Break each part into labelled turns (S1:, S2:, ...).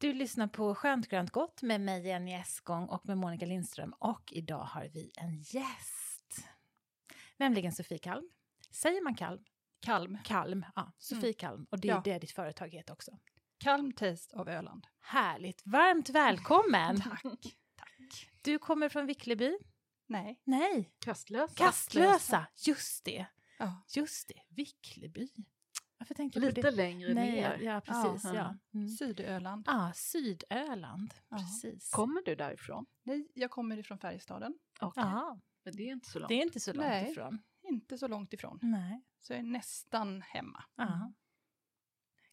S1: Du lyssnar på Skönt grönt gott med mig Jenny Eskong och med Monica Lindström och idag har vi en gäst. Nämligen Sofie Kalm. Säger man Kalm?
S2: Kalm.
S1: Kalm, ja. Sofie Kalm och det är
S2: Ja.
S1: ju det ditt företag heter också.
S2: Kalm Taste av Öland.
S1: Härligt, varmt välkommen!
S2: Tack.
S1: Du kommer från Vickleby?
S2: Nej.
S1: Nej,
S3: Kastlösa.
S1: Kastlösa! Mm. Just det,
S2: Ja.
S1: just det, Vickleby. Varför tänkte jag på
S3: Lite
S1: det?
S3: längre
S1: Nej,
S3: ner.
S1: Ja, precis. Ja.
S3: Ja.
S1: Ja. Mm.
S2: Sydöland.
S1: Ah, Sydöland,
S2: Ja.
S1: precis.
S3: Kommer du därifrån?
S2: Nej, jag kommer ifrån Färjestaden.
S3: Okay.
S1: Ja,
S3: Men det är inte så långt.
S1: det är inte så långt
S2: Nej.
S1: ifrån.
S2: Inte så långt ifrån.
S1: Nej.
S2: Så jag är nästan hemma.
S1: Ja.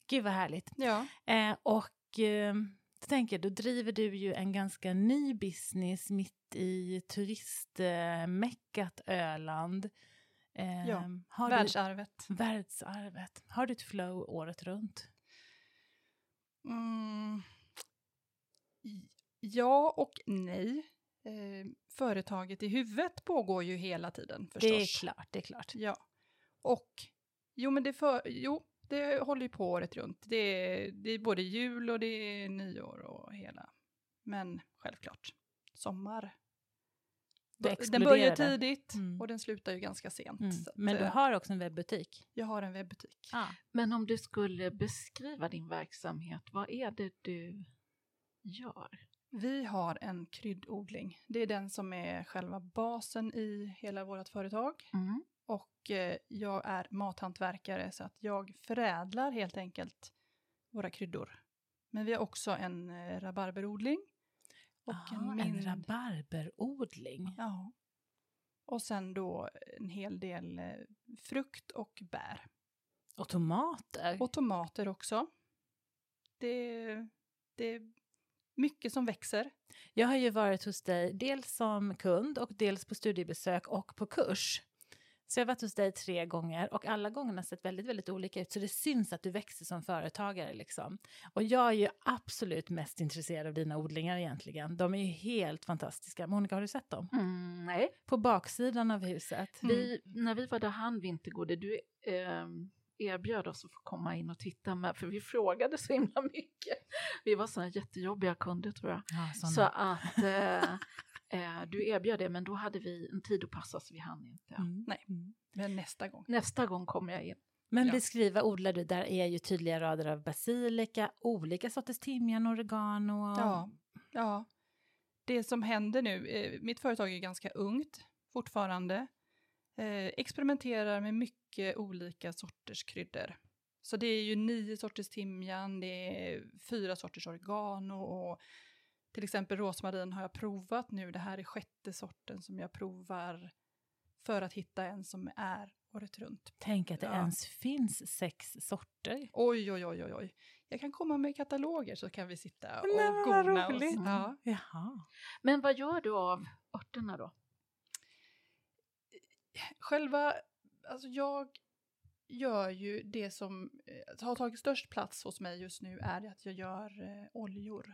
S1: Gud vad härligt.
S2: Ja.
S1: Eh, och eh, då tänker jag, då driver du ju en ganska ny business mitt i turistmeckat Öland. Eh,
S2: Ja,
S1: har
S2: Världsarvet.
S1: Du, världsarvet. Har du ett flow året runt?
S2: Mm. I- Ja och nej. Eh, företaget i huvudet pågår ju hela tiden förstås.
S1: Det är klart, det är klart.
S2: Ja. Och, jo men det, för, jo, det håller ju på året runt. Det är, det är både jul och det är nyår och hela. Men självklart, sommar.
S1: Du
S2: Den
S1: exploderar
S2: börjar
S1: det.
S2: tidigt
S1: Mm.
S2: och den slutar ju ganska sent.
S1: Mm.
S2: Så att,
S1: Men du
S2: eh,
S1: har också en webbutik?
S2: Jag har en webbutik.
S1: Ja.
S3: Men om du skulle beskriva din verksamhet, vad är det du gör?
S2: Vi har en kryddodling. Det är den som är själva basen i hela vårt företag.
S3: Mm.
S2: Och eh, jag är mathantverkare så att jag förädlar helt enkelt våra kryddor. Men vi har också en eh, rabarberodling. Och
S1: ah, en,
S2: mind-
S1: rabarberodling.
S2: Ja. Och sen då en hel del eh, frukt och bär.
S1: Och tomater.
S2: Och tomater också. Det, det är mycket som växer.
S1: Jag har ju varit hos dig dels som kund och dels på studiebesök och på kurs. Så jag har varit hos dig tre gånger och alla gångerna har sett väldigt, väldigt olika ut så det syns att du växer som företagare liksom. Och jag är ju absolut mest intresserad av dina odlingar egentligen. De är ju helt fantastiska. Monica, har du sett dem?
S3: Mm, nej,
S1: På baksidan av huset.
S3: vi,
S1: Mm.
S3: när vi var där han Vintergårde, du ehm, erbjöd oss att få komma in och titta med, för vi frågade så himla mycket. Vi var sådana jättejobbiga kunder tror jag.
S1: Ja, såna.
S3: Så att eh, eh, du erbjöd det, men då hade vi en tid att passa så vi hann inte.
S1: Mm.
S2: Nej.
S1: Mm.
S2: Men nästa gång.
S3: Nästa gång kommer jag in.
S1: Men
S2: Ja.
S1: beskriva odlar du, där är ju tydliga rader av basilika, olika sorters timjan, oregano. och-
S2: Ja, ja. Det som händer nu, eh, mitt företag är ganska ungt fortfarande. Eh, experimenterar med mycket olika sorters kryddor. Så det är ju nio sorters timjan, det är fyra sorters oregano och till exempel rosmarin har jag provat nu. Det här är sjätte sorten som jag provar för att hitta en som är året runt.
S1: Tänk att det
S2: Ja.
S1: ens finns sex sorter.
S2: Oj, oj, oj, oj, oj. Jag kan komma med kataloger så kan vi sitta och
S1: Nej, men vad
S2: gona oss.
S1: roligt.
S2: Ja.
S1: Jaha.
S3: Men vad gör du av örterna då?
S2: själva, alltså jag gör ju det som eh, har tagit störst plats hos mig just nu är att jag gör eh, oljor.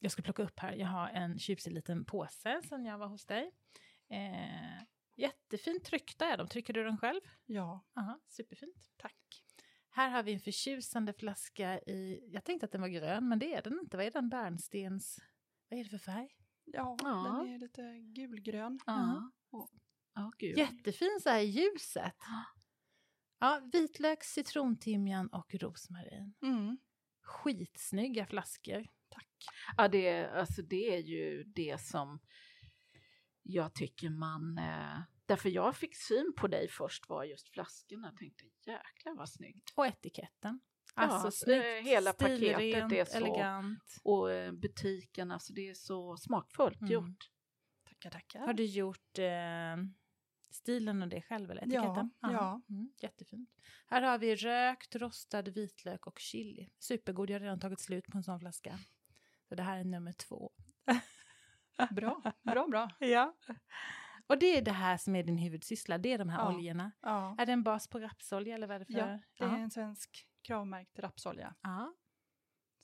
S1: Jag ska plocka upp här. Jag har en tjusig liten påse sen jag var hos dig. Eh, jättefint tryckta är de. Trycker du den själv?
S2: Ja,
S1: Aha, superfint.
S2: tack.
S1: Här har vi en förtjusande flaska i... Jag tänkte att den var grön, men det är den inte. Vad är den? Bärnstens... Vad är det för färg?
S2: Ja,
S3: Ja.
S2: den är lite gulgrön.
S1: Ja.
S3: Och- Ja, gud.
S1: Jättefin så här i ljuset. Ja, vitlök, citrontimjan och rosmarin.
S2: Mm,
S1: Skitsnygga flaskor.
S2: tack.
S3: Ja, det, är- alltså, det är ju det som jag tycker man... Eh, därför jag fick syn på dig först var just flaskorna. Jag tänkte jäklar vad snyggt.
S1: Och etiketten.
S3: Ja,
S1: Alltså
S3: eh,
S1: snyggt,
S3: hela paketet är
S1: stilrent,
S3: så-
S1: elegant.
S3: Och eh, butiken, alltså det är så smakfullt
S1: Mm.
S3: gjort.
S2: Tackar,
S1: Har
S2: tackar.
S1: du gjort eh, stilen och det själv? Eller?
S2: Ja,
S1: etiketten?
S2: ja.
S1: Mm, jättefint. Här har vi rökt, rostad vitlök och chili. Supergod, jag har redan tagit slut på en sån flaska. Så det här är nummer två.
S2: Bra, bra, bra.
S1: Ja. Och det är det här som är din huvudsyssla, det är de här
S2: Ja.
S1: oljorna.
S2: Ja,
S1: Är det en bas på rapsolja eller vad är det för?
S2: Ja, det är
S1: ja.
S2: en svensk kravmärkt rapsolja.
S1: ja.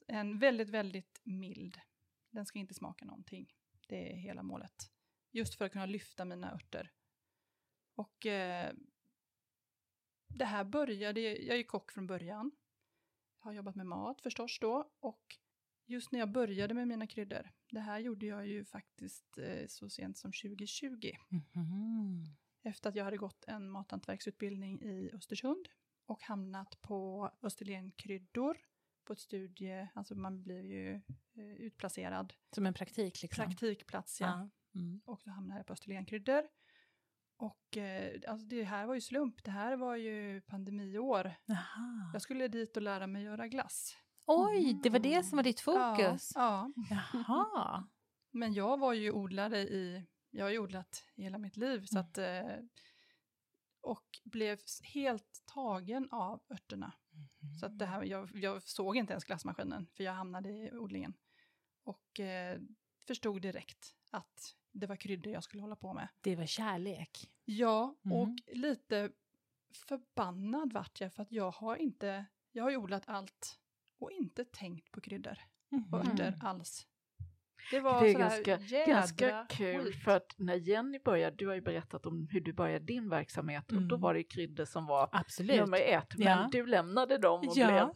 S2: En väldigt, väldigt mild. Den ska inte smaka någonting. Det är hela målet. Just för att kunna lyfta mina örter. Och eh, det här började, jag är ju kock från början. Jag har jobbat med mat förstås då och just när jag började med mina kryddor, det här gjorde jag ju faktiskt eh, så sent som 2020
S1: Mhm.
S2: efter att jag hade gått en mathantverksutbildning i Östersund och hamnat på Österlen kryddor på ett studie, alltså man blev ju eh, utplacerad,
S1: Som en praktik liksom?
S2: praktikplats ja.
S1: Ja. Mm.
S2: och då hamnade jag på Österlen kryddor. Och eh, alltså det här var ju slump, det här var ju pandemiår.
S1: Jaha.
S2: Jag skulle dit och lära mig göra glass.
S1: Oj, det var det som var ditt fokus?
S2: Ja, ja.
S1: Jaha.
S2: Men jag var ju odlare i, jag har ju odlat i hela mitt liv så att, eh, och blev s- helt tagen av örterna. Så
S1: Mm.
S2: att det här, jag, jag såg inte ens glassmaskinen för jag hamnade i odlingen. Och eh, förstod direkt att det var kryddor jag skulle hålla på med.
S1: Det var kärlek.
S2: Ja,
S1: Mm.
S2: och lite förbannad vart jag för att jag har inte, jag har ju odlat allt och inte tänkt på kryddor
S1: Mhm.
S2: och örter
S3: Mm.
S2: alls. Det var
S3: Det är
S2: sådär
S3: ganska,
S2: jädra
S3: ganska kul
S2: skit.
S3: för att när Jenny började, du har ju berättat om hur du började din verksamhet och då
S1: Mm.
S3: var det ju kryddor som var
S1: Absolut.
S3: nummer ett, men
S1: Ja.
S3: du lämnade dem och
S1: ja.
S3: blev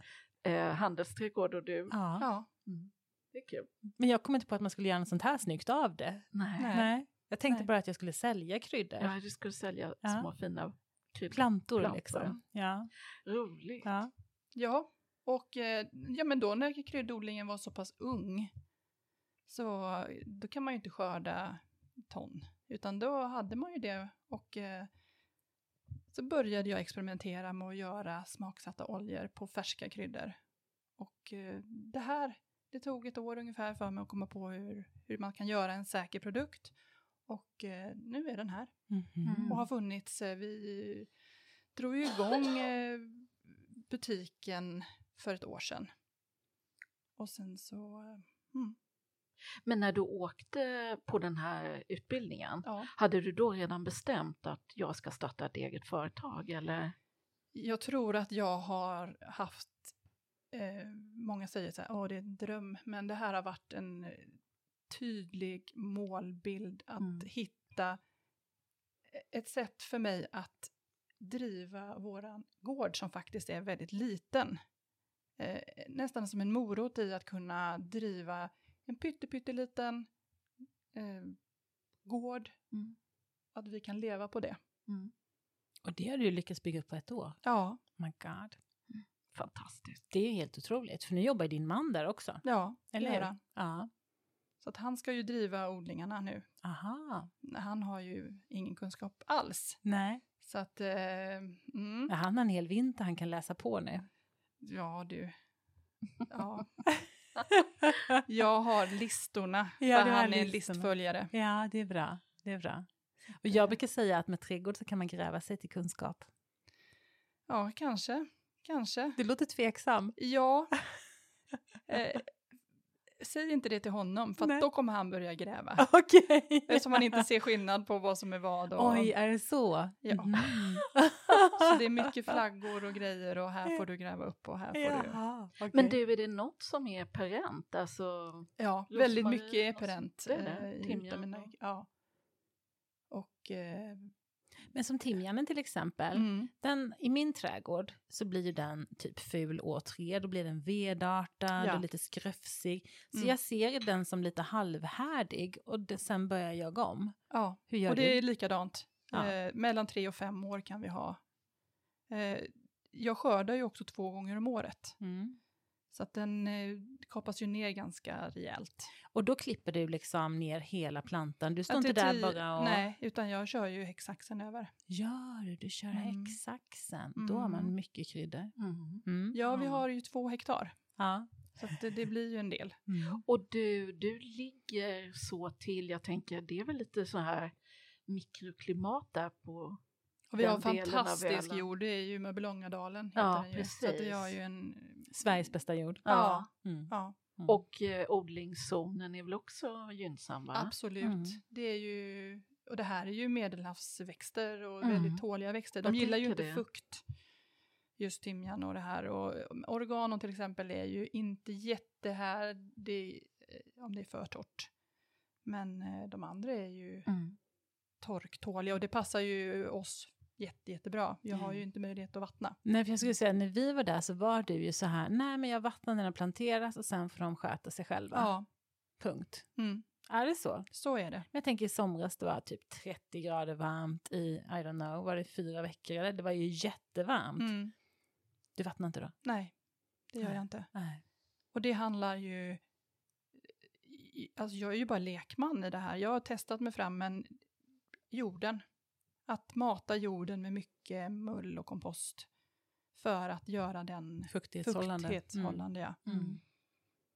S3: eh, handelsträdgård och du,
S1: Ja.
S2: Ja,
S3: det är kul.
S1: Men jag kom inte på att man skulle göra något sånt här snyggt av det.
S3: Nej.
S2: Nej.
S1: Jag tänkte
S2: Nej.
S1: bara att jag skulle sälja kryddor.
S3: Ja, du skulle sälja
S1: Ja.
S3: små fina kryddor.
S1: Plantor,
S3: Plantor,
S1: liksom. Ja.
S3: Roligt.
S1: Ja.
S2: Ja, och eh, ja, men då när kryddodlingen var så pass ung så eh, då kan man ju inte skörda ton, utan då hade man ju det och eh, så började jag experimentera med att göra smaksatta oljor på färska kryddor. Och eh, det här, det tog ett år ungefär för mig att komma på hur, hur man kan göra en säker produkt och eh, nu är den här
S1: Mhm.
S2: och har funnits. eh, Vi drog ju igång eh, butiken för ett år sedan. Och sen så, eh,
S3: Men när du åkte på den här utbildningen,
S2: ja.
S3: hade du då redan bestämt att jag ska starta ett eget företag eller?
S2: Jag tror att jag har haft, eh, många säger så här, åh det är en dröm, men det här har varit en eh, tydlig målbild att
S3: Mm.
S2: hitta eh, ett sätt för mig att driva våran gård som faktiskt är väldigt liten. Eh, nästan som en morot i att kunna driva en pytte, pytteliten eh, gård,
S3: Mm.
S2: att vi kan leva på det.
S1: Och det har du ju lyckats bygga upp på ett år.
S2: Ja,
S1: My God.
S3: Fantastiskt.
S1: Det är ju helt otroligt, för nu jobbar ju din man där också.
S2: ja, det
S1: Eller
S2: gör
S1: hur?
S2: han.
S1: Ja.
S2: Så att han ska ju driva odlingarna nu.
S1: Aha.
S2: Han har ju ingen kunskap alls.
S1: Nej.
S2: Så att, eh, mm,
S1: Ja, han har en hel vinter han kan läsa på nu.
S2: ja du. Ja. Jag har listorna,
S1: Ja,
S2: för
S1: du har
S2: han är en
S1: listorna.
S2: listföljare.
S1: Ja, det är bra. Det är bra. Och jag brukar säga att med trädgård så kan man gräva sig till kunskap.
S2: Ja, kanske, kanske.
S1: Du låter tveksam.
S2: Ja. Eh, säg inte det till honom, för
S1: Nej.
S2: att då kommer han börja gräva.
S1: Okej.
S2: Eftersom han inte ser skillnad på vad som är vad. Och,
S1: Oj, är det så?
S2: Ja.
S1: Mhm.
S2: Så det är mycket flaggor och grejer och här får du gräva upp och här får du...
S1: Jaha, okej.
S3: Men du, är det något som är parent? Alltså,
S2: Ja,
S3: Rosmarin
S2: väldigt mycket är
S3: och sånt
S2: parent.
S3: där,
S2: eh, i
S3: timjan
S2: utav mina-
S3: och-
S2: ja. Och... Eh,
S1: Men som timjanen till exempel.
S2: mm,
S1: Den, I min trädgård så blir ju den typ ful år tre. Då blir den vedartad
S2: Ja.
S1: och lite skröfsig. Så
S2: Mm.
S1: jag ser den som lite halvhärdig och det, sen börjar jag jaga om.
S2: ja,
S1: Hur gör
S2: och det är
S1: du?
S2: likadant.
S1: Ja.
S2: Eh, mellan tre och fem år kan vi ha. Eh, jag skördar ju också två gånger om året.
S1: Mm.
S2: Så att den eh, kapas ju ner ganska rejält.
S1: Och då klipper du liksom ner hela plantan. Du står
S2: Att
S1: inte
S2: det är
S1: där
S2: ti-
S1: bara och...
S2: Nej, utan jag kör ju häcksaxen över.
S1: Gör du? Du kör
S2: Mm.
S1: häcksaxen. Då har man
S2: Mm.
S1: mycket kryddor.
S3: mm.
S1: Mm.
S2: Ja, vi
S3: Ja.
S2: har ju två hektar.
S1: Ja.
S2: Så att det, det blir ju en del.
S1: Mm.
S3: Och du, du ligger så till, jag tänker det är väl lite så här mikroklimat där på
S2: Och vi har
S3: den delen av
S2: fantastisk
S3: ölen.
S2: jord, det är ju Mörbylångadalen. heter
S3: Ja,
S2: den ju. Så att vi
S3: precis.
S2: har ju en...
S1: Sveriges bästa jord.
S3: Ja.
S2: Ja.
S1: Mm.
S2: Ja,
S1: Mm.
S3: Och eh, odlingszonen är väl också gynnsam va?
S2: absolut.
S1: Mm.
S2: Det är ju... Och det här är ju medelhavsväxter och
S3: Mm.
S2: väldigt tåliga växter. De
S3: Jag
S2: gillar ju inte
S3: tänker det.
S2: fukt, just timjan och det här. Och um, organon till exempel är ju inte jättehärdig eh, om det är för torrt. Men eh, de andra är ju
S3: Mm.
S2: torktåliga och det passar ju oss jätte, jättebra. Jag har
S3: Mm.
S2: ju inte möjlighet att vattna.
S1: Nej, för jag skulle säga, när vi var där så var du ju så här, nej men jag vattnar när de planteras och sen får de sköta sig själva.
S2: Ja,
S1: Punkt.
S2: mm,
S1: Är det så?
S2: så är det.
S1: Men jag tänker i somras det var typ 30 grader varmt i, I don't know, var det fyra veckor eller? Det var ju jättevarmt.
S2: Mm.
S1: Du vattnar inte då?
S2: Nej, det gör
S1: Nej.
S2: jag inte.
S1: Nej.
S2: Och det handlar ju... i- Alltså jag är ju bara lekman i det här. Jag har testat mig fram, men jorden. Att mata jorden med mycket mull och kompost för att göra den
S1: Fuktighetshållande.
S2: fuktighetshållande. Ja.
S1: Mm. Mm.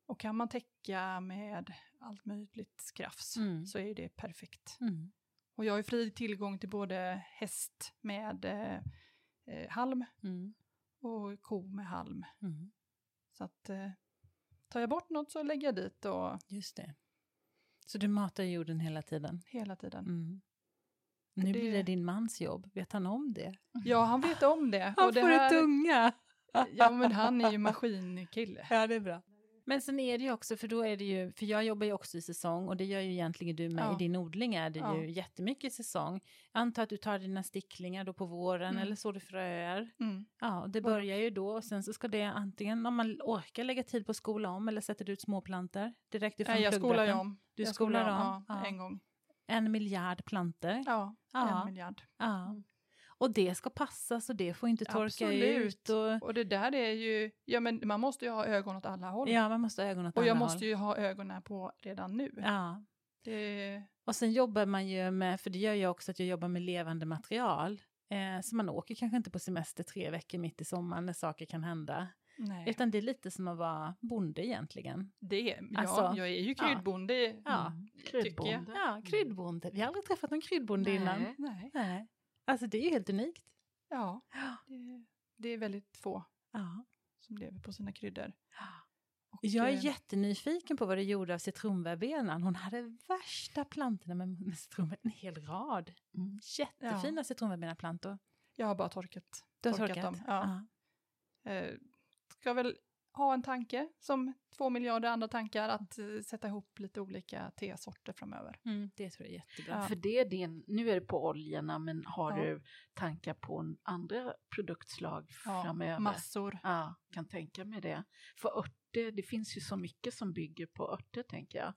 S2: Och kan man täcka med allt möjligt skrafs
S1: Mm.
S2: så är ju det perfekt.
S1: Mm.
S2: Och jag har ju fri tillgång till både häst med eh, eh, halm
S1: Mm.
S2: och ko med halm.
S1: Mm.
S2: Så att eh, tar jag bort något så lägger jag dit och
S1: Just det. Så du matar jorden hela tiden?
S2: hela tiden.
S1: Mm. Nu
S2: det-
S1: blir det din mans jobb, vet han om det?
S2: Ja, han vet om det. och det
S1: tunga!
S2: Ja, men han är ju maskinkille.
S1: Ja, det är bra. Men sen är det ju också, för då är det ju, för jag jobbar ju också i säsong och det gör ju egentligen du med.
S2: Ja.
S1: I din odling är det
S2: Ja.
S1: ju jättemycket säsong. Jag antar att du tar dina sticklingar då på våren
S2: Mm.
S1: eller sår du fröer.
S2: Mm.
S1: Ja, och det
S2: Både
S1: börjar ju då och sen så ska det antingen, om man orkar lägga tid på att skola om eller sätter du ut små planter direkt ifrån
S2: Nej, jag skolar ju
S1: pluggdagen.
S2: om.
S1: Du
S2: jag
S1: skolar om?
S2: Ja,
S1: Ja.
S2: en gång.
S1: En miljard planter.
S2: Ja,
S1: Ja.
S2: en miljard.
S1: Ja. Och det ska passas och det får inte torka
S2: Absolut.
S1: ut. Och,
S2: Och det där är ju, ja men man måste ju ha ögon åt alla håll.
S1: ja, man måste ha ögonen åt
S2: och jag
S1: alla
S2: måste
S1: håll.
S2: ju ha ögonen på redan nu.
S1: Ja,
S2: Det,
S1: Och sen jobbar man ju med, för det gör jag också, att jag jobbar med levande material. Eh, så man åker kanske inte på semester tre veckor mitt i sommaren när saker kan hända.
S2: nej.
S1: Utan det är lite som att vara bonde egentligen.
S2: det, ja,
S1: Alltså,
S2: jag är ju
S1: ja.
S2: kryddbonde. Mm.
S1: Ja,
S2: Tycker jag.
S3: Kryddbonde.
S1: ja kryddbonde. Vi har aldrig träffat någon kryddbonde
S3: Nej.
S1: innan.
S2: Nej.
S1: Nej. Alltså det är ju helt unikt.
S2: Ja,
S1: Ja.
S2: det, det är väldigt få
S1: Ja.
S2: som lever på sina kryddor. Och,
S1: Jag är
S2: eh,
S1: jättenyfiken på vad det gjorde av citronverbenan. Hon hade värsta plantorna med, med citronver- en hel rad.
S3: Mm.
S1: Jättefina citronverbenaplantor.
S2: jag har bara torkat,
S1: Du har
S2: torkat,
S1: torkat?
S2: dem. Ja. Eh, ska väl ha en tanke, som två miljarder andra tankar, att eh, sätta ihop lite olika tesorter framöver.
S1: Ja. Mm, det tror jag är jättebra.
S2: Ja.
S3: För det är din, nu är det på oljorna men har
S2: Ja.
S3: du tankar på en- andra produktslag
S2: Ja,
S3: framöver?
S2: Massor.
S3: Ja, kan tänka mig det. För örter, det finns ju så mycket som bygger på örter tänker jag.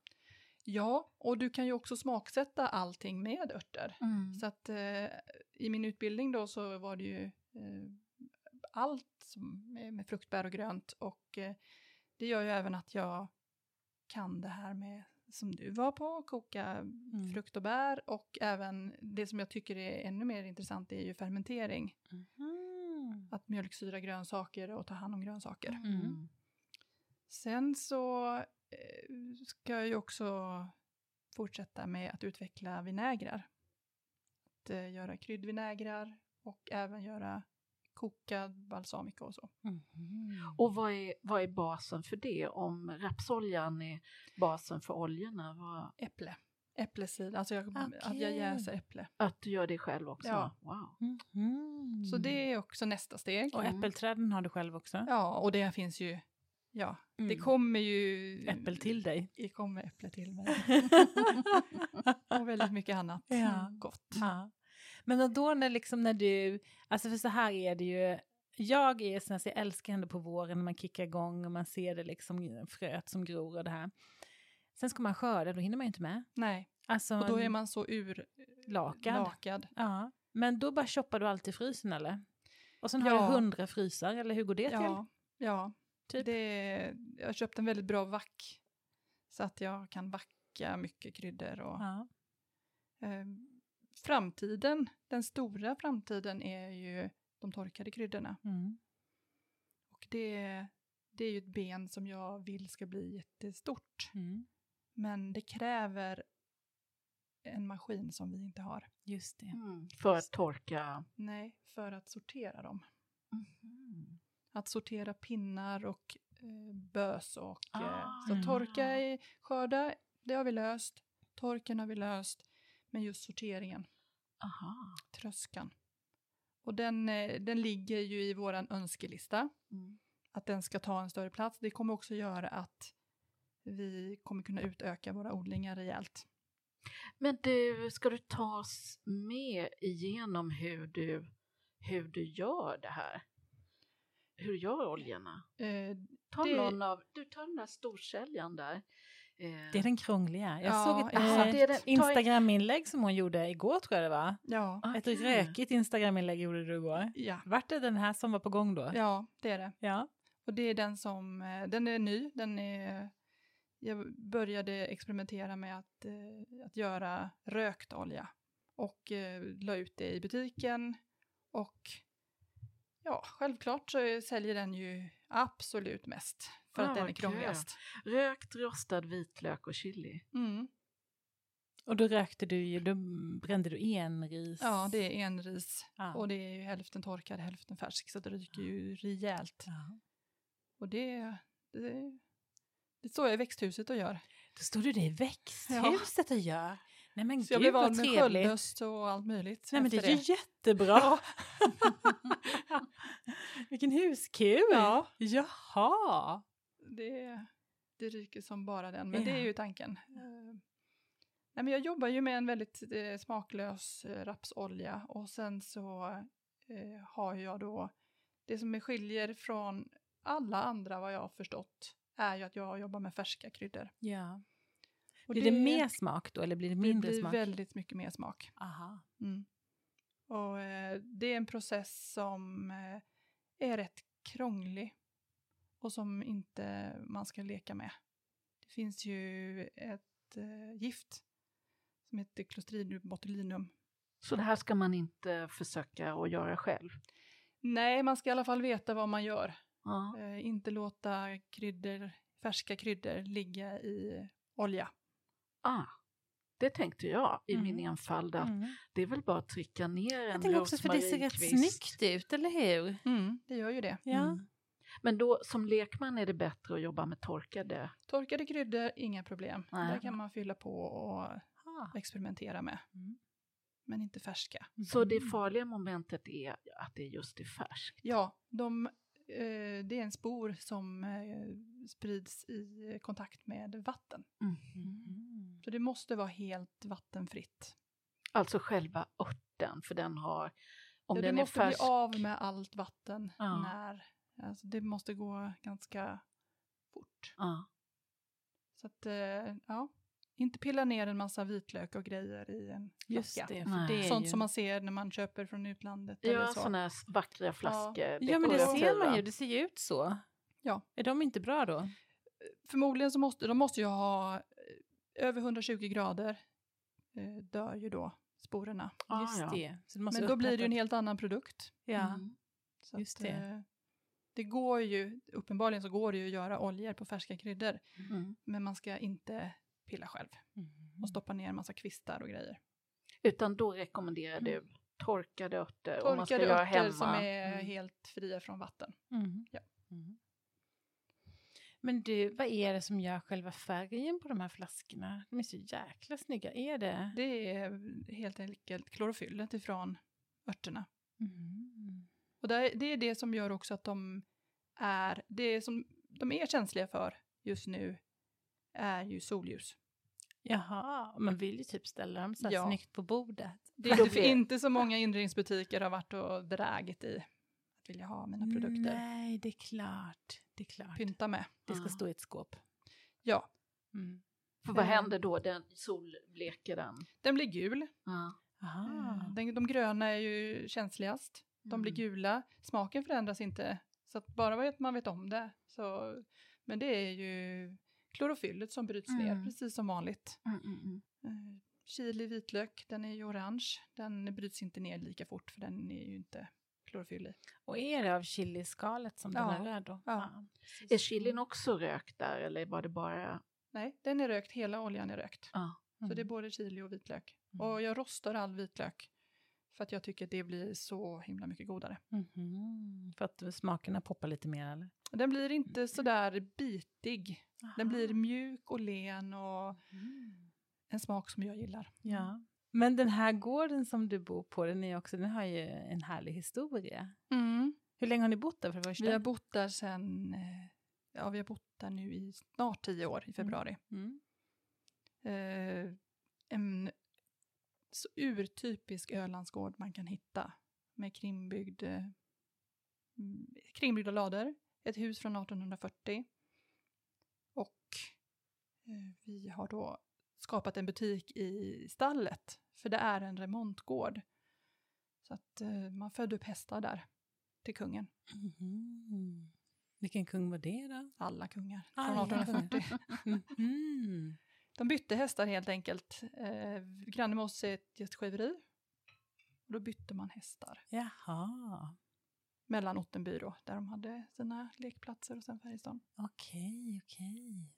S2: Ja, och du kan ju också smaksätta allting med örter. Så att eh, i min utbildning då så var det ju eh, allt som, med, med fruktbär och grönt och eh, det gör ju även att jag kan det här med som du var på, koka frukt och bär och även det som jag tycker är ännu mer intressant är ju fermentering.
S1: Mhm.
S2: att mjölksyra grönsaker och ta hand om grönsaker.
S1: Mm.
S2: Sen så eh, ska jag ju också fortsätta med att utveckla vinägrar. Att eh, göra kryddvinägrar och även göra kokad balsamico och så.
S1: Mhm.
S3: Och vad är, vad är basen för det? Om rapsoljan är basen för oljorna, vad,
S2: Äpple. Äpplesid, alltså jag, att jag
S1: Okej.
S2: jäser äpple.
S3: att du gör det själv också?
S2: Ja.
S3: Wow.
S1: Mhm.
S2: Så det är också nästa steg.
S1: Och
S3: Mm.
S1: äppelträden har du själv också?
S2: Ja, och det finns ju, ja, det
S1: Mm.
S2: kommer ju...
S1: Äppel till dig?
S2: Det kommer äpple till mig. och väldigt mycket annat
S1: Ja.
S2: gott.
S1: ja. Men och då när, liksom när du, alltså för så här är det ju, jag är sån här, så jag älskar ändå på våren när man kickar igång och man ser det liksom fröet som gror och det här. Sen ska man skörda, då hinner man ju inte med.
S2: Nej,
S1: Alltså,
S2: och då är man så urlakad.
S1: lakad. Ja. Men då bara shoppar du alltid i frysen eller? Och sen har
S2: Ja.
S1: du hundra frysar, eller hur går det till?
S2: Ja, ja.
S1: Typ.
S2: Det, jag har köpt en väldigt bra vack så att jag kan vacka mycket kryddor. Och,
S1: Ja.
S2: eh, framtiden, den stora framtiden är ju de torkade kryddorna.
S1: Mm.
S2: Och det, det är ju ett ben som jag vill ska bli jättestort.
S1: Mm.
S2: Men det kräver en maskin som vi inte har.
S1: Just det.
S3: Mm. För att torka.
S2: Nej, för att sortera dem. Mm.
S3: Mhm.
S2: Att sortera pinnar och eh, bös och...
S3: Ah,
S2: Eh, så
S1: ja.
S2: torka i skörda, det har vi löst. Torken har vi löst. Men just sorteringen,
S3: Aha.
S2: tröskan. Och den, eh, den ligger ju i våran önskelista.
S3: Mm.
S2: att den ska ta en större plats. Det kommer också göra att vi kommer kunna utöka våra odlingar rejält.
S3: Men du, ska du ta oss med igenom hur du, hur du gör det här? Hur du gör oljorna?
S2: Eh,
S3: Ta
S2: Det-
S3: någon av, du tar den där storsäljaren där. Eh,
S1: Det är den krångliga. Jag
S2: Ja,
S1: såg ett
S2: exakt.
S1: eh,
S3: Det är den- ta-
S1: Instagram-inlägg som hon gjorde igår tror jag det var.
S2: ja,
S1: Ett
S3: Okej.
S1: rökigt Instagram-inlägg gjorde du igår.
S2: ja,
S1: Vart det den här som var på gång då?
S2: ja, det är det.
S1: Ja.
S2: Och det är den som, eh, den är ny, den är, jag började experimentera med att, eh, att göra rökt olja och eh, la ut det i butiken och ja, självklart så eh, säljer den ju absolut mest för
S3: Ah,
S2: att den är
S3: vad
S2: krångligast.
S3: Rökt rostad vitlök och chili.
S2: Mm.
S1: Och då rökte du ju, då brände du enris.
S2: Ja, det är enris
S1: Ja.
S2: Och det är ju hälften torkad, hälften färsk, så det ryker ju rejält.
S1: Ja.
S2: Och det, det, det står jag i växthuset och gör.
S1: Då står du det i växthuset och gör. Nej men
S2: Så jag
S1: gud
S2: blev
S1: vad
S2: av med
S1: trevligt.
S2: sköldöst och allt möjligt.
S1: Nej men det
S2: efter
S1: är ju jättebra. Vilken huskur.
S2: Ja.
S1: Jaha.
S2: det, det ryker som bara den, men det
S1: Ja.
S2: är ju tanken. Eh, Nej, men jag jobbar ju med en väldigt eh, smaklös eh, rapsolja och sen så eh, har jag då, det som är skiljer från alla andra vad jag har förstått är ju att jag jobbar med färska kryddor.
S1: Ja.
S2: Och
S1: blir det, mer smak då eller blir det mindre
S2: det blir
S1: smak?
S2: väldigt mycket mer smak.
S1: Aha.
S2: Mm. Och eh, det är en process som eh, är rätt krånglig och som inte man ska leka med. Det finns ju ett eh, gift som heter Clostridium botulinum.
S3: Så det här ska man inte försöka att göra själv?
S2: Nej, man ska i alla fall veta vad man gör.
S3: Ja.
S2: Eh, inte låta kryddor, färska kryddor ligga i olja.
S3: Ah, det tänkte jag i min
S1: Mm.
S3: enfald att
S1: Mm.
S3: det är väl bara att trycka ner en
S1: Jag tänker också för det ser rätt
S3: rosmarinkvist.
S1: snyggt ut, eller hur?
S2: Det gör ju det.
S1: Ja.
S3: Mm. Men då som lekman är det bättre att jobba med torkade?
S2: Torkade kryddor, inga problem.
S3: Nej.
S2: Där kan man fylla på och
S1: Ah.
S2: experimentera med.
S1: Mm.
S2: Men inte färska.
S3: Så det
S1: Mhm.
S3: farliga momentet är att det just är färskt?
S2: Ja, de, eh, det är en spor som eh, sprids i eh, kontakt med vatten. Mm-hmm.
S1: Mhm.
S2: Så det måste vara helt vattenfritt.
S3: Alltså själva örten, för den har, om
S2: Ja,
S3: den
S2: du
S3: är
S2: måste
S3: färsk,
S2: bli av med allt vatten
S3: Ja.
S2: när... Alltså det måste gå ganska fort.
S3: ja,
S2: Så att, eh, ja. Inte pilla ner en massa vitlök och grejer i en
S1: Just
S2: flaska.
S1: det,
S3: Nej.
S1: för det är
S2: Sånt
S1: ju...
S2: som man ser när man köper från utlandet eller
S3: ja
S2: så.
S3: sådana här vackra flaskor,
S1: Ja men det ser man
S3: dekorativa.
S1: ju, det ser ju ut så.
S2: Ja.
S1: Är de inte bra då?
S2: Förmodligen så måste de måste ju ha eh, över 120 grader eh, dör ju då sporerna.
S3: Ah,
S1: Just
S3: ja.
S1: det. Så det måste
S2: Men
S1: vara
S2: då blir det ju en
S1: upprättat.
S2: helt annan produkt.
S1: Alltså Ja.
S3: Mm.
S2: Så
S1: Just
S2: att,
S1: det.
S2: eh, det går ju, uppenbarligen så går det ju att göra oljor på färska kryddor,
S3: Mm.
S2: men man ska inte pilla själv
S1: Mm.
S2: och stoppa ner en massa kvistar och grejer.
S3: Utan då rekommenderar du torkade örter om man ska
S2: Mm. Torkade
S3: göra
S2: örter
S3: hemma.
S2: som är
S3: Mm.
S2: helt fria från vatten.
S1: Mhm.
S2: Ja.
S1: Mhm. Men du, vad är det som gör själva färgen på de här flaskorna? De är så jäkla snygga. Är det?
S2: Det är helt enkelt klorofyllet ifrån örterna. Mm.
S1: Mhm.
S2: Och det, det är det som gör också att de är, det som de är känsliga för just nu är ju solljus.
S1: Jaha, man vill ju typ ställa dem så här
S2: Ja.
S1: snyggt på bordet.
S2: Det
S3: Då
S2: är inte,
S3: blir-
S2: inte så många inredningsbutiker har varit och dragit i att vilja ha mina produkter.
S1: Nej, det är klart. Det är klart.
S2: Pynta med.
S1: Det ska
S3: Ja.
S1: stå i ett skåp.
S2: Ja,
S1: Mm.
S3: För vad
S2: Eh.
S3: händer då? Den solbleker den?
S2: den blir gul.
S3: Ja.
S1: Aha.
S2: Den, de gröna är ju känsligast. De blir
S3: Ah. Mm.
S2: gula. Smaken förändras inte. Så att bara vet man vet om det. Så, men det är ju klorofyllet som bryts ner,
S3: Mm.
S2: precis som vanligt.
S3: Mm, mm, mm.
S2: Eh, Chili vitlök, den är ju orange. Den bryts inte ner lika fort för den är ju inte klorofyll i.
S1: Och är det av chiliskalet som
S2: Ja.
S1: den är röd då?
S2: Ja.
S1: precis.
S3: Är chilin också rökt där eller var det bara?
S2: Nej, den är rökt. Hela oljan är rökt.
S3: Ja.
S2: Så det är
S1: Mm.
S2: både chili och vitlök.
S1: Mm.
S2: Och jag rostar all vitlök. För att jag tycker det blir så himla mycket godare.
S1: Mhm. För att smakerna poppar lite mer eller?
S2: Den blir
S1: Mm.
S2: inte sådär bitig. Den blir
S1: Aha.
S2: mjuk och len och
S1: Mm.
S2: en smak som jag gillar.
S1: Ja. Men den här gården som du bor på, den, är också, den har ju en härlig historia.
S2: Mm.
S1: Hur länge har ni bott där för det första?
S2: Vi har bott där sen, eh, ja vi har bott där nu i snart tio år i februari.
S1: Mm.
S2: Eh, en så urtypisk Ölandsgård man kan hitta med kringbyggd, eh, mm, kringbyggda lador, ett hus från 1840 och eh, vi har då skapat en butik i stallet, för det är en remontgård. Så att eh, man födde upp hästar där till kungen,
S1: Mhm. Vilken kung var det då?
S2: alla kungar
S1: Alla
S2: från 1840. Mm.
S1: Mhm.
S2: De bytte hästar helt enkelt. Eh, granne med oss är ett gästgiveri. Och då bytte man hästar
S1: Jaha,
S2: mellan Ottenby då, där de hade sina lekplatser och sen Färjestaden.
S1: okej, okej.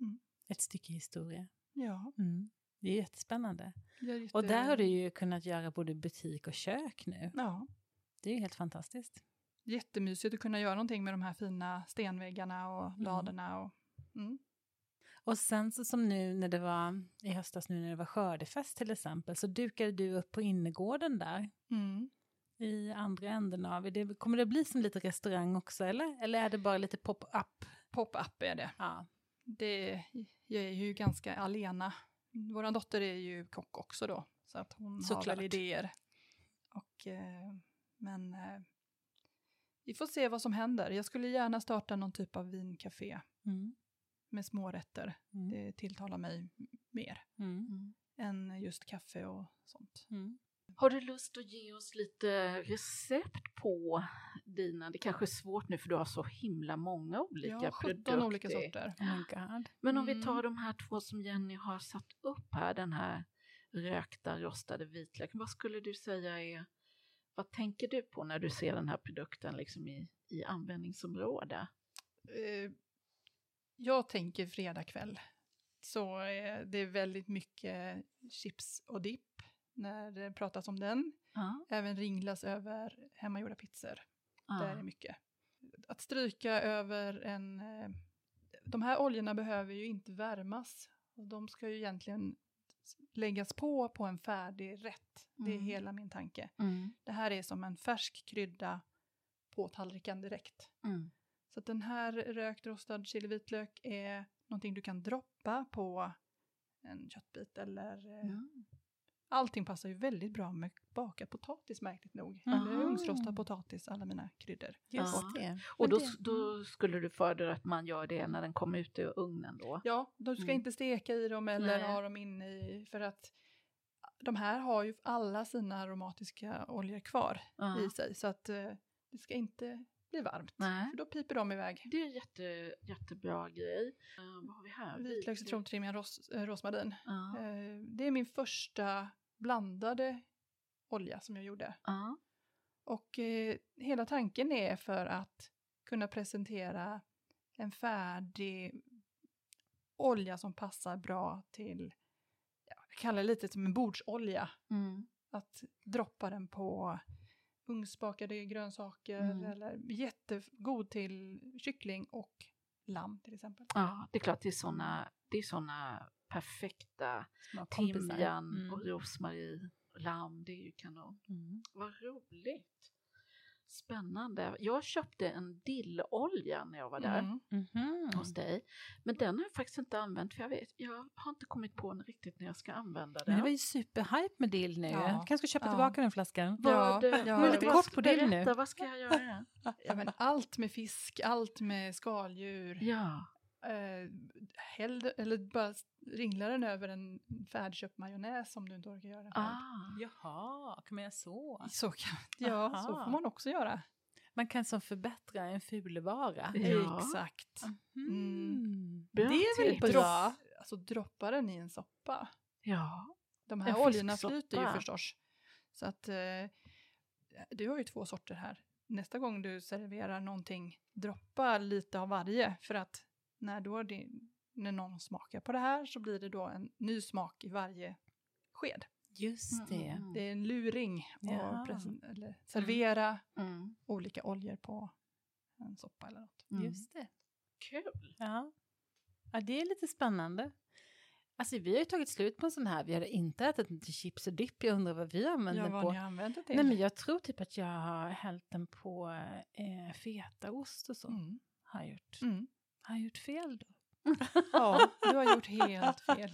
S2: Mm.
S1: Ett stycke historia.
S2: Ja,
S1: Mm. Det är jättespännande.
S2: jag är jätte...
S1: Och där har du ju kunnat göra både butik och kök nu.
S2: Ja,
S1: Det är ju helt fantastiskt.
S2: jättemysigt att kunna göra någonting med de här fina stenväggarna och ladorna och... Mm.
S1: Och sen så som nu när det var i höstas nu när det var skördefest till exempel så dukade du upp på innergården där
S2: Mm.
S1: i andra änden av är det. Kommer det bli som lite restaurang också eller? Eller är det bara lite pop-up?
S2: Pop-up är det.
S1: Ja.
S2: det. Jag är ju ganska alena. Vår dotter är ju kock också då, så att hon har
S1: Såklart.
S2: väl idéer. Och, eh, men eh, vi får se vad som händer. Jag skulle gärna starta någon typ av vinkafé
S1: Mm.
S2: med smårätter.
S1: Mm.
S2: Det tilltalar mig mer
S1: Mm.
S3: Mm.
S2: än just kaffe och sånt.
S1: Mm.
S3: Har du lust att ge oss lite recept på dina, det kanske är svårt nu för du har så himla många olika
S2: Jag har 17
S3: produkter.
S2: olika sorter.
S1: Oh my god.
S3: Men om vi
S2: Mm.
S3: tar de här två som Jenny har satt upp här, den här rökta rostade vitlöken, vad skulle du säga är, vad tänker du på när du ser den här produkten liksom i, i användningsområde?
S2: Eh, jag tänker fredag kväll. Så eh, det är väldigt mycket chips och dipp när det pratas om den.
S3: Ja,
S2: Även ringlas över hemmagjorda pizzor. Där är
S3: ja.
S2: mycket. Att stryka över en... eh, De här oljorna behöver ju inte värmas. Och De ska ju egentligen s- läggas på på en färdig rätt. Det är
S3: Mm.
S2: hela min tanke.
S3: Mm,
S2: Det här är som en färsk krydda på tallriken direkt.
S3: mm,
S2: Så att den här rökt rostad chili vitlök är någonting du kan droppa på en köttbit eller... eh,
S3: mm.
S2: Allting passar ju väldigt bra med bakad potatis märkligt nog.
S1: Mm.
S2: Eller ugnsrostad potatis, alla mina kryddor.
S1: Just
S3: Ja.
S1: det.
S3: Och
S1: Men
S3: då,
S1: det-
S3: då skulle du föredra att man gör det när den kommer ut ur ugnen då?
S2: Ja, de ska
S3: Mm.
S2: inte steka i dem eller
S3: Nej.
S2: ha dem inne i för att de här har ju alla sina aromatiska oljor kvar
S3: Ja.
S2: i sig så att eh, det ska inte bli varmt.
S3: Nej.
S2: För då piper de iväg.
S3: Det är en jätte, jättebra grej. Eh, vad har vi här? Ah.
S2: Vitlök, citrontrimjan, ros, eh, rosmarin.
S3: Ja,
S2: Eh, det är min första blandade olja som jag gjorde.
S3: ja,
S2: Och eh, hela tanken är för att kunna presentera en färdig olja som passar bra till, ja, jag kallar det lite som en bordsolja,
S3: mm,
S2: att droppa den på ugnsbakade grönsaker
S3: Mm.
S2: eller jättegod till kyckling och lamm till exempel.
S3: ja, det är klart det är såna, det är såna perfekta
S1: Små kompisar.
S3: timjan
S1: Mm.
S3: och rosmarin och lamm, det är ju kanon.
S1: Mm.
S3: Vad roligt! Spännande. Jag köpte en dillolja när jag var där
S2: Mm.
S1: Mhm.
S3: hos dig. Men den har jag faktiskt inte använt för jag, vet, jag har inte kommit på den riktigt när jag ska använda
S1: Men
S3: den.
S1: det var ju superhype med dill nu.
S2: Ja.
S1: Kanske ska köpa
S2: Ja.
S1: tillbaka den flaskan.
S3: Vad,
S2: Ja,
S3: eh,
S2: ja.
S3: vad-
S2: Lite
S3: vad
S1: kort
S3: ska-
S1: på dill nu.
S3: berätta, Vad ska jag göra?
S2: Ja, men allt med fisk, allt med skaldjur.
S3: Ja,
S2: eh, häll, eller bara ringla den över en färdigköpt majonnäs om du inte orkar göra den själv.
S3: ah.
S1: Jaha, kan man göra så?
S2: Så kan, ja, så
S1: Aha.
S2: får man också göra.
S1: Man kan som förbättra en fulvara.
S3: Ja. Typ
S2: Exakt.
S1: Mm.
S3: Bra
S1: Det är väl
S3: tips.
S1: bra?
S2: Dropp, alltså droppa den i en soppa.
S3: ja.
S2: De
S3: En
S2: här oljorna
S3: fisksoppa.
S2: flyter ju förstås. Så att eh, du har ju två sorter här. Nästa gång du serverar någonting, droppa lite av varje för att när, då din, när någon smakar på det här så blir det då en ny smak i varje sked.
S1: Just det.
S3: Mm.
S2: Det är en luring
S1: Jaha.
S2: att presen- eller servera
S3: Mm.
S2: olika oljor på en soppa eller något.
S3: Mm.
S1: Just det.
S3: Kul!
S1: Ja. ja, det är lite spännande. Alltså vi har ju tagit slut på en sån här, vi har inte ätit den till chips och dipp, jag undrar vad vi använder
S2: ja,
S1: den
S2: vad
S1: på.
S2: ni använder till.
S1: Nej men jag tror typ att jag har hällt den på eh, fetaost och så.
S2: mm.
S1: Har, jag gjort.
S2: Mm.
S1: har jag gjort fel då?
S2: Ja, du har gjort helt fel.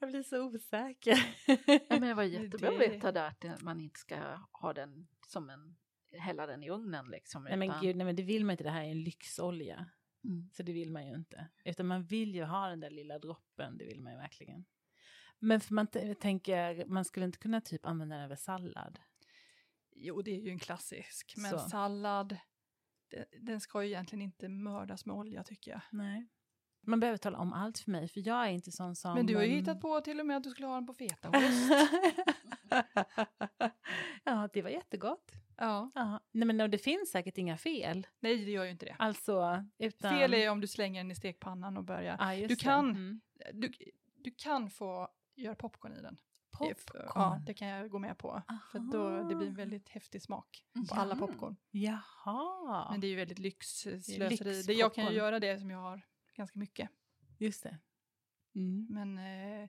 S1: Jag blir så osäker.
S3: Ja, men det var jättebra att
S2: Det-
S3: veta där att det- man inte ska ha den som en, hälla den i ugnen liksom.
S1: nej men
S3: utan-
S1: gud, nej men det vill man inte, det här är en lyxolja.
S3: Mm.
S1: Så det vill man ju inte. Utan man vill ju ha den där lilla droppen, det vill man ju verkligen. Men för man t- jag tänker, man skulle inte kunna typ använda den över sallad.
S2: Jo, det är ju en klassisk, men
S1: Så.
S2: sallad, de- den ska ju egentligen inte mördas med olja tycker jag.
S1: Nej. Man behöver tala om allt för mig, för jag är inte sån som...
S2: Men du har ju
S1: ehm,
S2: hittat på till och med att du skulle ha den på fetaost.
S1: ja, det var jättegott.
S2: ja.
S1: Ja. Nej, men och det finns säkert inga fel.
S2: Nej, det gör ju inte det.
S1: Alltså, utan...
S2: Fel är ju om du slänger den i stekpannan och börjar.
S1: Ja, just
S2: du
S1: det.
S2: kan-
S1: Mm.
S2: Du, du kan få göra popcorn i den. Det-
S1: Popcorn.
S2: Ja, det kan jag gå med på. För då det blir en väldigt häftig smak på alla
S3: Mhm.
S2: popcorn.
S1: Jaha,
S2: Men det är ju väldigt lyxslöseri.
S1: lyxpopcorn.
S2: Det- Jag kan ju göra det som jag har ganska mycket.
S1: just det. Mm.
S2: Men eh,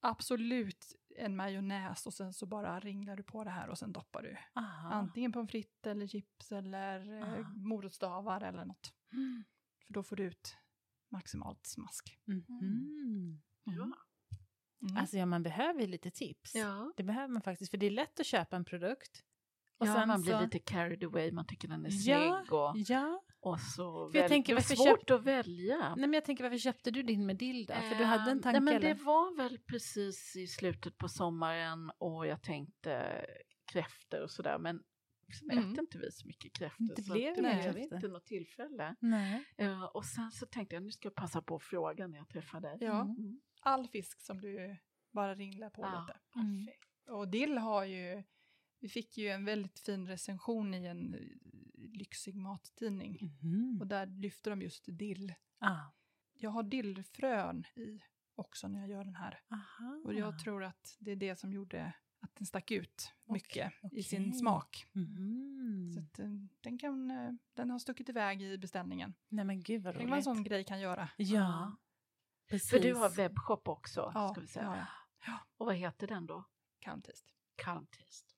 S2: absolut en majonnäs och sen så bara ringlar du på det här och sen doppar du.
S1: Aha.
S2: Antingen pommes frites eller chips eller eh,
S1: Ah.
S2: morotsstavar eller något.
S1: Mm.
S2: För då får du ut maximalt smask.
S1: Mhm.
S3: Ja.
S2: Mm.
S1: Alltså ja, man behöver ju lite tips.
S3: Ja.
S1: Det behöver man faktiskt, för det är lätt att köpa en produkt.
S3: Och sen man blir
S1: så-
S3: lite carried away, man tycker den är
S1: Ja.
S3: snygg och,
S1: Ja,
S3: och så
S1: För jag
S3: väl-
S1: tänker,
S3: det
S1: varför
S3: är svårt
S1: köpt-
S3: att välja.
S1: nej men jag tänker varför köpte du din Medilda? För du hade en
S3: Ehm,
S1: tanke
S3: Nej, men
S1: eller?
S3: Det var väl precis i slutet på sommaren och jag tänkte kräfter och sådär men sen
S2: Mm.
S3: äter inte vi så mycket kräftor
S1: Det
S3: så
S1: blev
S3: att det
S2: inga
S3: blev
S1: kräftor.
S3: inte något tillfälle.
S1: Nej.
S3: Eh, och sen så tänkte jag nu ska jag passa på att fråga när jag träffar dig.
S2: Ja.
S3: Mm.
S2: All fisk som du bara ringlar på
S3: Ja.
S2: lite.
S1: Mm.
S2: Perfekt. Och dill har ju, vi fick ju en väldigt fin recension i en eh, lyxig mattidning.
S1: Mhm.
S2: Och där lyfter de just dill.
S1: Ah.
S2: Jag har dillfrön i också när jag gör den här.
S1: Aha.
S2: Och jag tror att det är det som gjorde att den stack ut mycket i sin
S1: okej.
S2: smak.
S1: Mhm.
S2: Så att eh, den, kan, eh, den har stuckit iväg i beställningen.
S1: Nej men gud vad
S2: Det var en
S1: roligt.
S2: sån grej kan göra.
S1: Ja, precis.
S3: För du har webbshop också
S2: Ja,
S3: ska vi säga.
S2: det har jag.
S3: Och vad heter den då?
S2: Kalmtist.
S3: Calm Taste.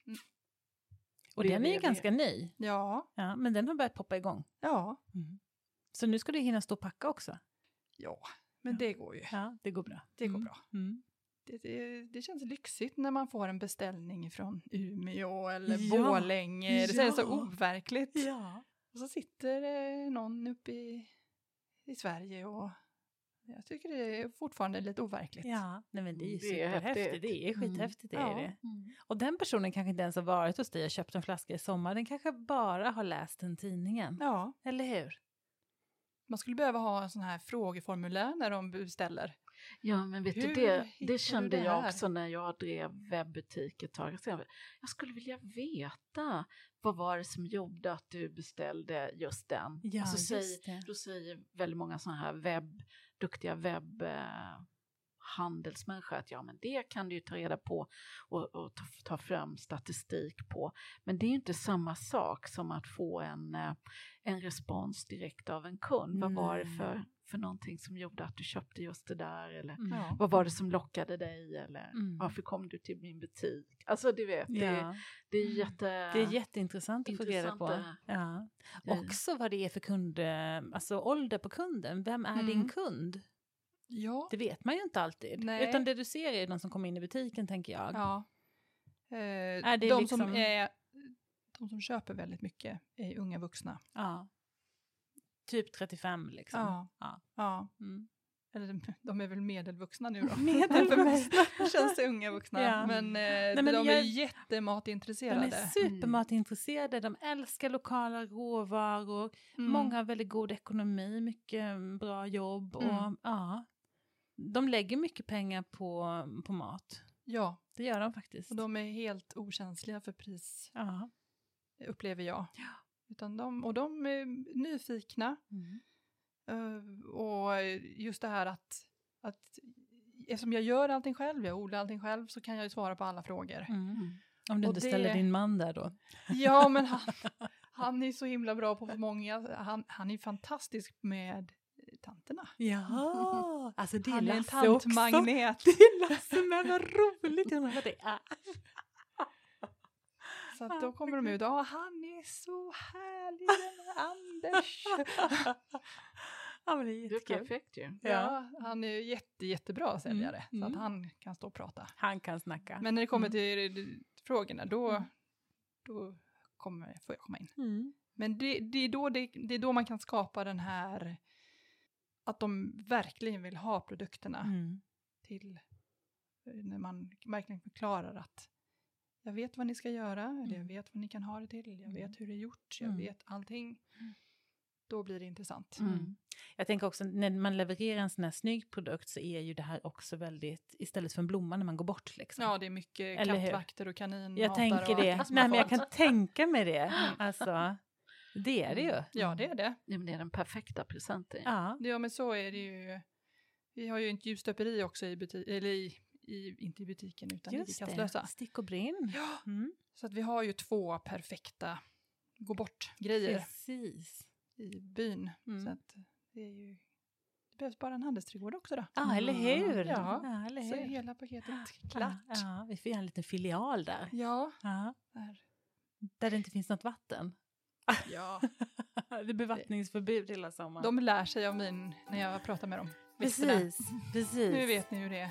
S1: Och den är ju
S3: www.
S1: ganska ny.
S2: Ja,
S1: Ja, men den har börjat poppa igång.
S2: ja,
S1: Så nu ska du hinna stå och packa också.
S2: ja. Men
S1: Ja.
S2: det går ju.
S1: Ja, det går bra.
S2: Det går
S1: Mm.
S2: bra.
S1: Mm.
S2: Det, det, det känns lyxigt när man får en beställning från Umeå eller
S1: Ja.
S2: Borlänge. Det känns
S1: Ja.
S2: så overkligt.
S1: Ja.
S2: Och så sitter eh, någon uppe i, i Sverige och jag tycker det är fortfarande lite overkligt.
S1: ja, nej men det är ju
S3: Det är häftigt.
S1: superhäftigt. Det är
S3: Mm.
S1: skithäftigt, det är
S2: Ja.
S1: det. Och den personen kanske inte ens har varit hos dig och köpt en flaska i sommar. Den kanske bara har läst den tidningen.
S2: Ja,
S1: Eller hur?
S2: man skulle behöva ha en sån här frågeformulär när de beställer.
S3: Ja, men vet
S2: Hur
S3: du, det,
S2: hittar du
S3: det kände
S2: det
S3: jag
S2: här?
S3: också när jag drev webbutik ett tag sedan. Jag skulle vilja veta vad var det som gjorde att du beställde just den?
S1: Ja,
S3: och så
S2: Alltså,
S3: säger,
S1: just det.
S3: då säger väldigt många sådana här webb, duktiga webbhandelsmänniskor eh, handelsmänniskor att ja, men det kan du ju ta reda på och, och ta, ta fram statistik på. Men det är ju inte samma sak som att få en, eh, en respons direkt av en kund. Vad var det
S1: Nej.
S3: för, för någonting som gjorde att du köpte just det där? Eller
S1: Mm.
S2: Ja.
S3: vad var det som lockade dig? Eller
S1: Mm.
S3: varför kom du till min butik? Alltså du vet, det,
S1: Ja.
S3: det är jätte...
S1: Det är jätteintressant att få reda på.
S3: Intressanta
S1: Ja.
S3: grejer.
S1: Också vad det är för kund, eh, alltså ålder på kunden. Vem är din
S2: Mm.
S1: kund?
S2: Ja,
S1: Det vet man ju inte alltid.
S2: Nej.
S1: Utan det du ser är de som kommer in i butiken, tänker jag.
S2: ja. Eh,
S1: Är det
S2: de,
S1: liksom-
S2: som är, de som köper väldigt mycket är unga vuxna.
S1: Ja. Typ 35 liksom.
S2: Ja.
S1: Ja.
S2: Ja.
S1: Mm.
S2: Eller de- de är väl medelvuxna nu då.
S1: Medelvuxna.
S2: För mig känns det unga vuxna.
S1: Ja.
S2: Men, eh,
S1: men
S2: de
S1: jag-
S2: är
S1: De
S2: jättematintresserade.
S1: är supermatintresserade, de älskar lokala råvaror,
S2: Mm.
S1: många har väldigt god ekonomi, mycket mm, bra jobb och
S2: Mm.
S1: ja. De lägger mycket pengar på, på mat.
S2: Ja,
S1: Det gör de faktiskt.
S2: och de är helt okänsliga för pris,
S1: ja.
S2: upplever jag. Utan de, och de är nyfikna.
S1: Mm.
S2: Eh, och just det här att, att eftersom jag gör allting själv, jag odlar allting själv, så kan jag ju svara på alla frågor.
S1: Mm. Om du
S2: Och
S1: inte
S2: det-
S1: ställer din man där då.
S2: Ja, men han, han är så himla bra på många, han, han är fantastisk med tanterna.
S1: Ja, alltså det
S2: Han är en
S1: Lasse också.
S2: tantmagnet.
S1: Det är Lasse med, vad roligt! Jag menar, det är.
S2: Så att då kommer de ut, ja han är så härlig den här Anders.
S1: Ja, men det är
S3: Du är
S1: jättekul.
S3: perfekt ju.
S2: Ja, han är ju jätte, jättebra säljare,
S1: Mm,
S2: så
S1: mm.
S2: att han kan stå och prata.
S1: Han kan snacka.
S2: Men när det kommer till eh, frågorna, då, då kommer, får jag komma in.
S1: Mm.
S2: Men det, det, är då det, det är då man kan skapa den här, att de verkligen vill ha produkterna
S1: Mm.
S2: till, eh, när man verkligen förklarar att jag vet vad ni ska göra, eller jag
S1: Mm.
S2: vet vad ni kan ha det till, jag
S1: Mm.
S2: vet hur det är gjort, jag
S1: Mm.
S2: vet allting. Då blir det intressant.
S1: Mm. Jag tänker också när man levererar en sån här snygg produkt så är ju det här också väldigt, istället för en blomma när man går bort liksom.
S2: Ja, det är mycket
S1: Eller hur?
S2: kattvakter och kaninmatar.
S1: jag tänker
S2: och
S1: det.
S2: allt som
S1: Nej
S2: har
S1: men jag
S2: fått.
S1: kan tänka mig det. Alltså, det är det ju.
S2: Mm. Ja, det är det.
S3: Ja, men det är den perfekta presenten.
S1: Ja.
S2: Ja, men så är det ju. Vi har ju ett ljusstöperi också i butiken, eller i, i, inte i butiken utan i
S1: Just det,
S2: Kasslösa.
S1: stick och brinn.
S2: Ja,
S1: Mm.
S2: så att vi har ju två perfekta gå bort-grejer
S1: Precis.
S2: i byn.
S1: Mm.
S2: Så att det är ju, det behövs bara en handelsträdgård också då.
S1: Ja, eller hur?
S2: Ja.
S1: eller
S2: Så är
S1: hur?
S2: hela
S1: Ah,
S2: paketet klart.
S1: Ja, ja, vi får göra en liten filial där.
S2: Ja,
S1: Ja,
S2: där.
S1: där det inte finns något vatten.
S2: ja.
S1: Det är bevattningsförbud hela sommaren.
S2: de lär sig av min när jag pratar med dem. Växterna.
S1: precis, precis.
S2: Nu vet ni hur det är.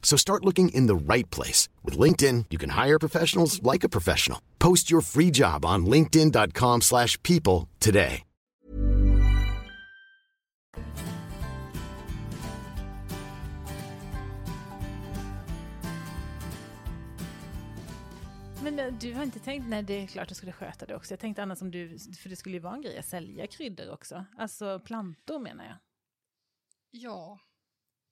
S4: So start looking in the right place. With LinkedIn, you can hire professionals like a professional. Post your free job on linkedin.com/people slash people today.
S1: Men eh, du har inte tänkt, nej det är klart du skulle sköta det också. Jag tänkte annars om du, för det skulle ju vara en grej att sälja kryddor också. Alltså plantor menar jag.
S2: Ja,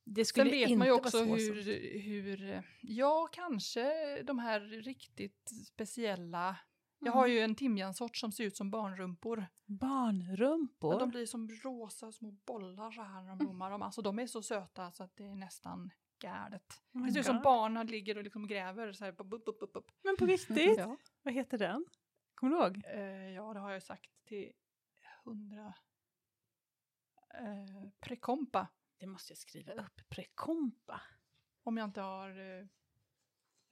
S1: Det skulle
S2: Sen vet
S1: inte
S2: man ju
S1: vara
S2: också hur,
S1: svårsålt.
S2: hur, eh, ja kanske de här riktigt speciella, jag har
S1: Mm.
S2: ju en timjansort som ser ut som barnrumpor. Ja,
S1: Barnrumpor.
S2: de blir som rosa små bollar så här när
S1: Mm.
S2: de blommar. De, alltså de är så söta så att det är nästan galet.
S1: Oh my
S2: det ser ut som
S1: God.
S2: barnen ligger och liksom gräver så här. Bup, bup, bup, bup.
S1: Men på riktigt?
S2: Ja.
S1: Vad heter den? Kommer du ihåg?
S2: Eh, ja, det har jag sagt till hundra. Eh, prekompa,
S1: Det måste jag skriva upp. Prekompa.
S2: om jag inte har... Eh,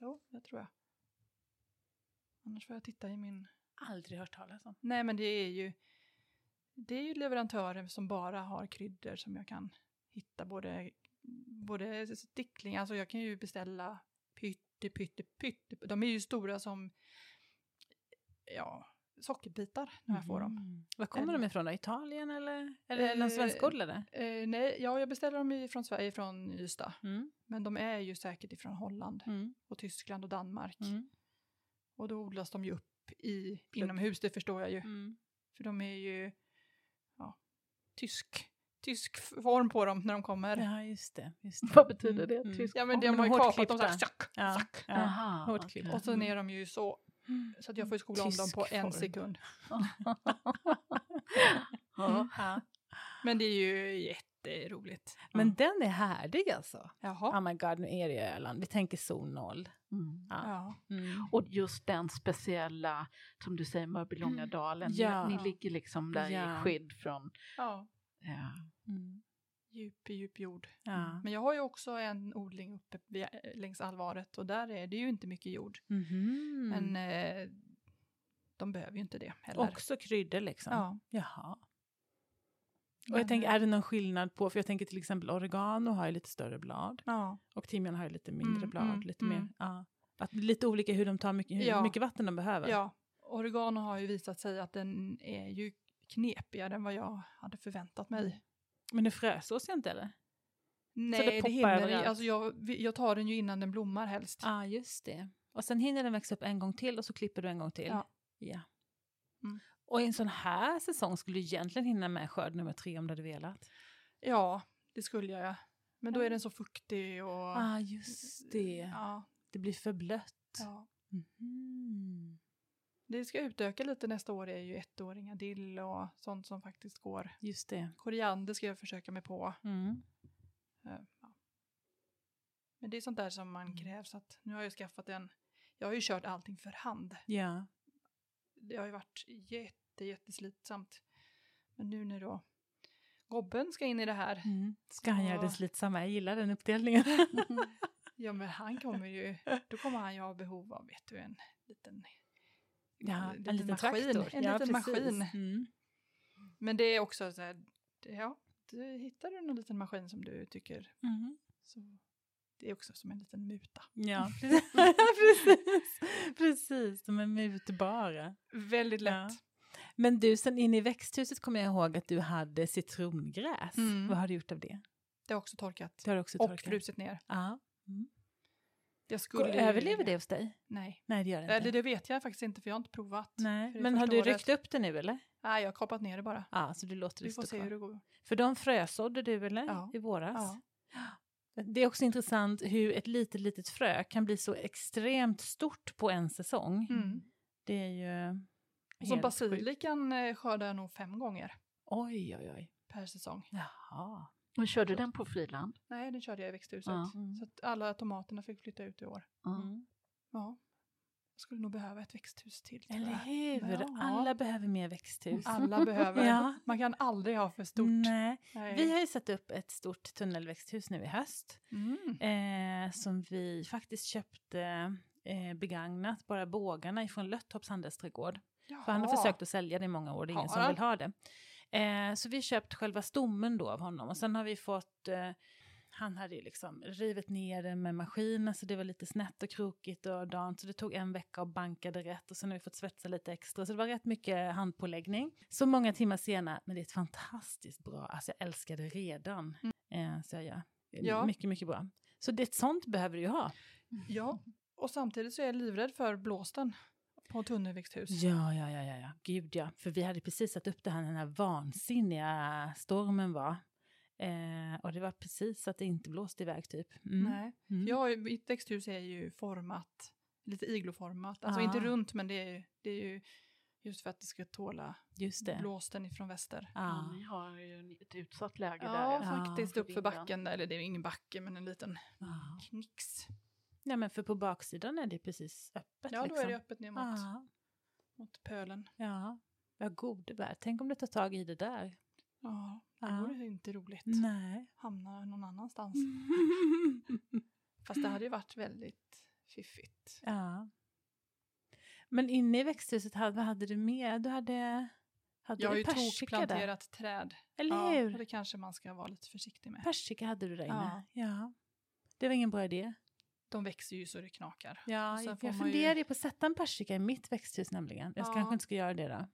S2: jo, det tror jag. Annars får jag titta i min...
S1: Aldrig hört talas om.
S2: Nej, men det är ju... Det är ju leverantörer som bara har kryddor som jag kan hitta både, både stickling, alltså jag kan ju beställa pytte, pytte, pytte. De är ju stora som, ja, sockerbitar när jag får dem.
S1: Mm. Var kommer
S2: Eller-
S1: de ifrån då? Italien eller? Eller någon
S2: Eh,
S1: svenskodlade?
S2: Eh, nej, ja, jag beställer dem ju från Sverige, från Ystad.
S1: Mm.
S2: Men de är ju säkert ifrån Holland
S1: Mm.
S2: och Tyskland och Danmark.
S1: Mm.
S2: Och då odlas de ju upp i, inomhus, det förstår jag ju.
S1: Mm.
S2: För de är ju ja, tysk, tysk form på dem när de kommer. Ja,
S1: Ja, just det. Just det.
S3: Vad betyder det?
S1: Mm.
S3: Tysk?
S2: men de
S1: men
S2: har ju
S1: hårt
S2: kapat dem
S1: klippta.
S2: såhär, tjack,
S1: Ja.
S2: tjack.
S1: Ja.
S3: Aha,
S1: Hårt
S3: okej.
S1: klipp.
S2: Och sen är de ju så, så att jag får ju skola om dem
S1: Tysk
S2: på en
S1: form.
S2: sekund. Mm.
S3: Ja.
S1: Ja.
S2: Men det är ju jätteroligt.
S1: Mm.
S2: Mm.
S1: Men den är härdig alltså. Oh
S2: Jaha.
S1: my god, nu är det ju Öland. Vi tänker zon noll.
S3: Mm.
S1: Ja.
S2: Ja.
S1: Mm.
S3: Och just den speciella, som du säger, Mörbylångadalen.
S1: Ja.
S3: Ni, ni ligger liksom där
S1: Ja.
S3: i skydd från...
S2: ja.
S3: Ja.
S1: Mm.
S2: djup, djup jord.
S1: Ja.
S2: Men jag har ju också en odling uppe vid, längs Alvaret och där är det ju inte mycket jord.
S1: Mhm.
S2: Men eh, de behöver ju inte det heller.
S1: Också kryddor liksom?
S2: Ja.
S1: Jaha. Och
S2: Men,
S1: jag tänker,
S2: eh,
S1: är det någon skillnad på, för jag tänker till exempel oregano har ju lite större blad
S2: ja.
S1: och timjan har ju lite mindre
S2: Mm,
S1: blad,
S2: mm,
S1: lite
S2: mm.
S1: mer, ja. Att det är lite olika hur de tar mycket, hur
S2: Ja.
S1: mycket vatten de behöver.
S2: ja, oregano har ju visat sig att den är ju knepigare än vad jag hade förväntat
S1: Mm.
S2: mig.
S1: Men det frösås jag inte eller?
S2: Nej, det,
S1: poppar
S2: hinner ju.
S1: överallt.
S2: Alltså jag, vi- jag tar den ju innan den blommar helst.
S1: Ja, ah, just det. Och sen hinner den växa upp en gång till och så klipper du en gång till.
S2: Ja.
S1: Ja.
S2: Mm.
S1: Och en sån här säsong skulle du egentligen hinna med skörd nummer tre om du hade velat.
S2: Ja, det skulle jag. ja. Men då är den så fuktig och...
S1: Ah, just det.
S2: Ja,
S1: Det blir för blött.
S2: ja.
S1: Mhm.
S2: Det ska utöka lite nästa år är ju ettåringar dill och sånt som faktiskt går.
S1: Just det.
S2: Koriander ska jag försöka mig på.
S1: Mm.
S2: Eh, Ja. Men det är sånt där som
S1: Mm.
S2: man krävs att nu har jag skaffat en. Jag har ju kört allting för hand.
S1: Ja.
S2: Det har ju varit jätte, jätteslitsamt. Men nu när då Gobben ska in i det här.
S1: Mm. Ska han göra det
S2: Ja.
S1: slitsamma? Jag gillar den uppdelningen.
S2: Ja men han kommer ju, då kommer han ju ha behov av vet du en liten.
S1: ja,
S2: En
S1: en
S2: liten
S1: liten
S2: maskin.
S1: traktor.
S2: En
S1: ja,
S2: liten
S1: precis.
S2: maskin.
S1: Mm.
S2: Men det är också så här, ja, du, hittar du någon liten maskin som du tycker
S1: Mhm.
S2: så det är också som en liten muta.
S1: Ja, precis. precis. De är mutbara.
S2: Väldigt
S1: Ja.
S2: lätt.
S1: Men du, sen in i växthuset kommer jag ihåg att du hade citrongräs.
S2: Mm.
S1: Vad har du gjort av det?
S2: Det har också torkat.
S1: Det har du också
S2: och
S1: torkat.
S2: frusit ner.
S1: Ja. Går,
S2: Jag skulle ju
S1: överlever
S2: vilja-
S1: det hos dig?
S2: Nej.
S1: Nej, det gör det
S2: Eller
S1: inte.
S2: det vet jag faktiskt inte för jag har inte provat.
S1: Nej.
S2: för det
S1: Men har
S2: första
S1: du
S2: året.
S1: ryckt upp det nu eller?
S2: Nej, jag har kapat ner det bara.
S1: Ja, så du låter det
S2: Vi får
S1: stå
S2: se hur
S1: kvar.
S2: det går.
S1: För de frösådde du eller?
S2: Ja.
S1: I våras?
S2: Ja.
S1: Det är också intressant hur ett litet, litet frö kan bli så extremt stort på en säsong.
S2: Mm.
S1: Det är ju...
S2: Och Som
S1: helt sjukt.
S2: basilikan eh, skördar jag nog fem gånger
S1: Oj, oj, oj.
S2: per säsong.
S1: Jaha.
S3: Men kör du den på friland?
S2: Nej, den körde jag i växthuset.
S3: Ja.
S1: Mm.
S2: Så att alla tomaterna fick flytta ut i år.
S3: Ja.
S1: Mm.
S2: Ja. Jag skulle nog behöva ett växthus till. tror
S1: Eller
S2: jag.
S1: hur?
S2: Ja.
S1: Alla behöver mer växthus.
S2: Alla behöver.
S1: Ja.
S2: Man kan aldrig ha för stort. Mm.
S1: Nej.
S2: Nej.
S1: Vi har ju satt upp ett stort tunnelväxthus nu i höst.
S2: Mm.
S1: Eh, som vi faktiskt köpte eh, begagnat, bara bågarna ifrån Löttorps handelsträdgård. För han har
S2: Jaha.
S1: försökt att sälja det i många år, det är ingen
S2: Har
S1: som
S2: han?
S1: vill ha det. Eh, så vi har köpt själva stommen då av honom och sen har vi fått, eh, han hade ju liksom rivit ner den med maskinen så det var lite snett och krokigt och dant så det tog en vecka och bankade rätt och sen har vi fått svetsa lite extra så det var rätt mycket handpåläggning. Så många timmar senare, men det är ett fantastiskt bra, alltså jag älskar det redan, eh, säger jag.
S2: Mm. Ja.
S1: Mycket, mycket bra. Så det, ett sånt behöver du ju ha.
S2: Ja, och samtidigt så är jag livrädd för blåsten på tunnelväxthus.
S1: Ja, ja, ja, ja, ja, gud ja. För vi hade precis satt upp det här när den här vansinniga stormen var. Eh, och det var precis att det inte blåste iväg typ. Mm.
S2: Nej.
S1: Mm.
S2: Jag, har ju- mitt växthus är ju format, lite igloformat. Alltså
S1: Ah.
S2: inte runt men det är, ju- det är ju just för att det ska tåla
S1: Just det.
S2: blåsten ifrån väster.
S1: Ja.
S3: Ni har ju ett utsatt läge där.
S2: Ja,
S1: ja.
S2: faktiskt
S3: Ja,
S2: upp för
S3: vindan.
S2: backen, där, eller det är ju ingen backe men en liten
S1: Ja.
S2: knix.
S1: Nej, men för på baksidan är det precis öppet.
S2: Ja, då
S1: liksom.
S2: är det öppet ner mot,
S1: Ja,
S2: mot pölen.
S1: ja. Vad god du är. Tänk om du tar tag i det där.
S2: Ja, det
S1: Ja.
S2: vore ju inte roligt.
S1: Nej.
S2: Hamna någon annanstans. Fast det hade ju varit väldigt fiffigt.
S1: ja. Men inne i växthuset, hade, vad hade du mer? Du hade, hade
S2: Jag har
S1: du
S2: ju
S1: persika där?
S2: tokplanterat träd.
S1: Eller
S2: ja,
S1: hur?
S2: och det kanske man ska vara lite försiktig med.
S1: Persika hade du där inne. Ja. Det var ingen bra idé.
S2: De växer ju så det knakar.
S1: Ja,
S2: Och sen
S1: jag
S2: får man ju-
S1: funderar ju på att sätta en persika i mitt växthus nämligen. Jag
S2: Ja.
S1: kanske inte ska göra det då.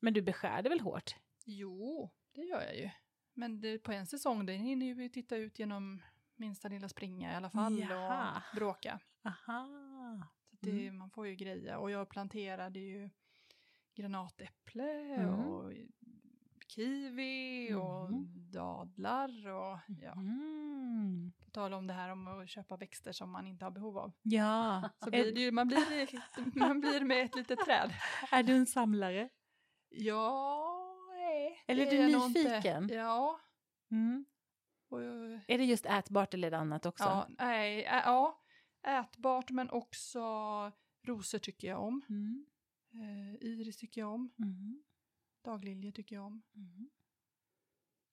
S1: Men du beskär det väl hårt?
S2: Jo, det gör jag ju. Men det, på en säsong, den hinner ju vi titta ut genom minsta lilla springa i alla fall
S1: Jaha.
S2: och bråka.
S1: Aha.
S2: Så att det,
S1: Mm.
S2: Man får ju greja. Och jag planterade ju granatäpple
S1: Mm.
S2: och kiwi och
S1: Mm.
S2: dadlar och ja,
S1: Mm.
S2: på tal om det här om att köpa växter som man inte har behov av.
S1: Ja. Är-
S2: Så blir det ju, man, blir, man blir med ett litet träd.
S1: Är du en samlare?
S2: Ja, nej.
S1: Eller
S2: det
S1: är du
S2: jag nog inte.
S1: nyfiken?
S2: Ja.
S1: Mm.
S2: Och, jag-
S1: Är det just ätbart eller är det annat också?
S2: ja, nej, ä, ja, ätbart men också rosor tycker jag om.
S1: Mm.
S2: Eh, iris tycker jag om.
S1: Mm.
S2: Dagliljor tycker jag om.
S1: Mm.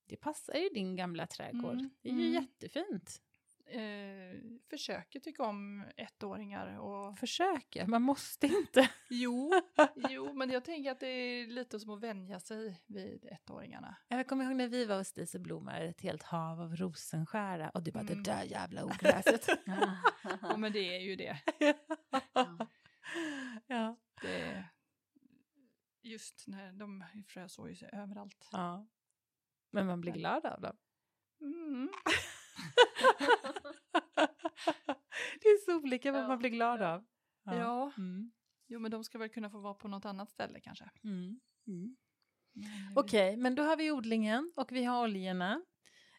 S1: det passar ju din gamla trädgård.
S2: Mm,
S1: Det är ju
S2: mm.
S1: jättefint.
S2: Eh, försöker tycka om ettåringar och...
S1: Försöka, man måste inte.
S2: Jo, jo, men jag tänker att det är lite som att vänja sig vid ettåringarna.
S1: Jag kommer ihåg när vi var hos dig så blommade ett helt hav av rosenskära och du bara det
S2: Mm.
S1: där jävla ogräset.
S2: Ja, men det är ju det.
S1: ja.
S2: det är just när de frösår ju sig överallt.
S1: ja. Men man blir glad av dem.
S2: Mm.
S1: det är så olika vad
S3: Ja,
S1: man blir glad
S3: ja.
S1: av.
S2: Ja.
S1: Mm.
S2: jo men de ska väl kunna få vara på något annat ställe kanske.
S1: Mm. Mm.
S2: Men-
S1: Okej, men då har vi odlingen och vi har oljorna.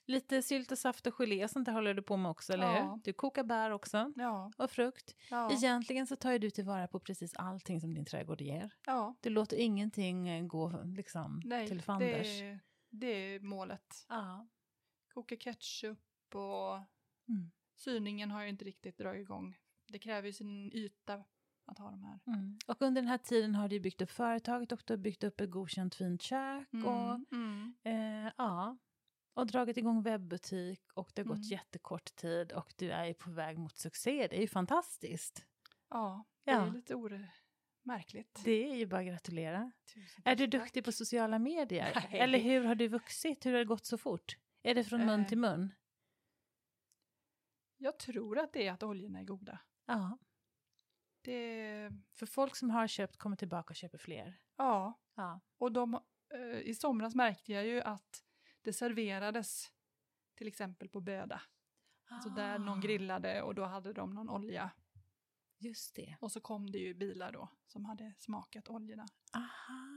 S1: Lite sylt och saft och gelé och sånt där håller du på med också, eller
S2: Ja.
S1: hur? Du kokar bär också
S2: Ja,
S1: och frukt.
S2: ja,
S1: Egentligen så tar ju du tillvara på precis allting som din trädgård ger.
S2: ja.
S1: Du låter ingenting eh, gå liksom,
S2: Nej,
S1: till fanders.
S2: Det, är- det är målet.
S1: Ja.
S2: Koka ketchup och
S1: Mm.
S2: Syningen har ju inte riktigt dragit igång. Det kräver ju sin yta att ha de här.
S1: Mm. Och under den här tiden har du ju byggt upp företaget och du har byggt upp ett godkänt fint kök. Och,
S2: Mm, mm.
S1: eh, ja. och dragit igång webbutik och det har gått
S2: Mm.
S1: jättekort tid och du är ju på väg mot succé. Det är ju fantastiskt.
S2: Ja, det
S1: Ja.
S2: är lite or- märkligt.
S1: Det är ju bara att gratulera.
S2: Tusen
S1: Är du
S2: tack.
S1: duktig på sociala medier?
S2: Nej.
S1: Eller hur har du vuxit? Hur har det gått så fort? Är det från mun
S2: Eh.
S1: till mun?
S2: Jag tror att det är att oljorna är goda.
S1: Ja.
S2: Det,
S1: För folk som har köpt kommer tillbaka och köper fler.
S2: ja,
S1: Ja.
S2: och de, eh, i somras märkte jag ju att det serverades till exempel på Böda.
S1: Ah.
S2: Alltså där någon grillade och då hade de någon olja.
S1: Just det.
S2: Och så kom det ju bilar då som hade smakat oljorna.
S1: Aha.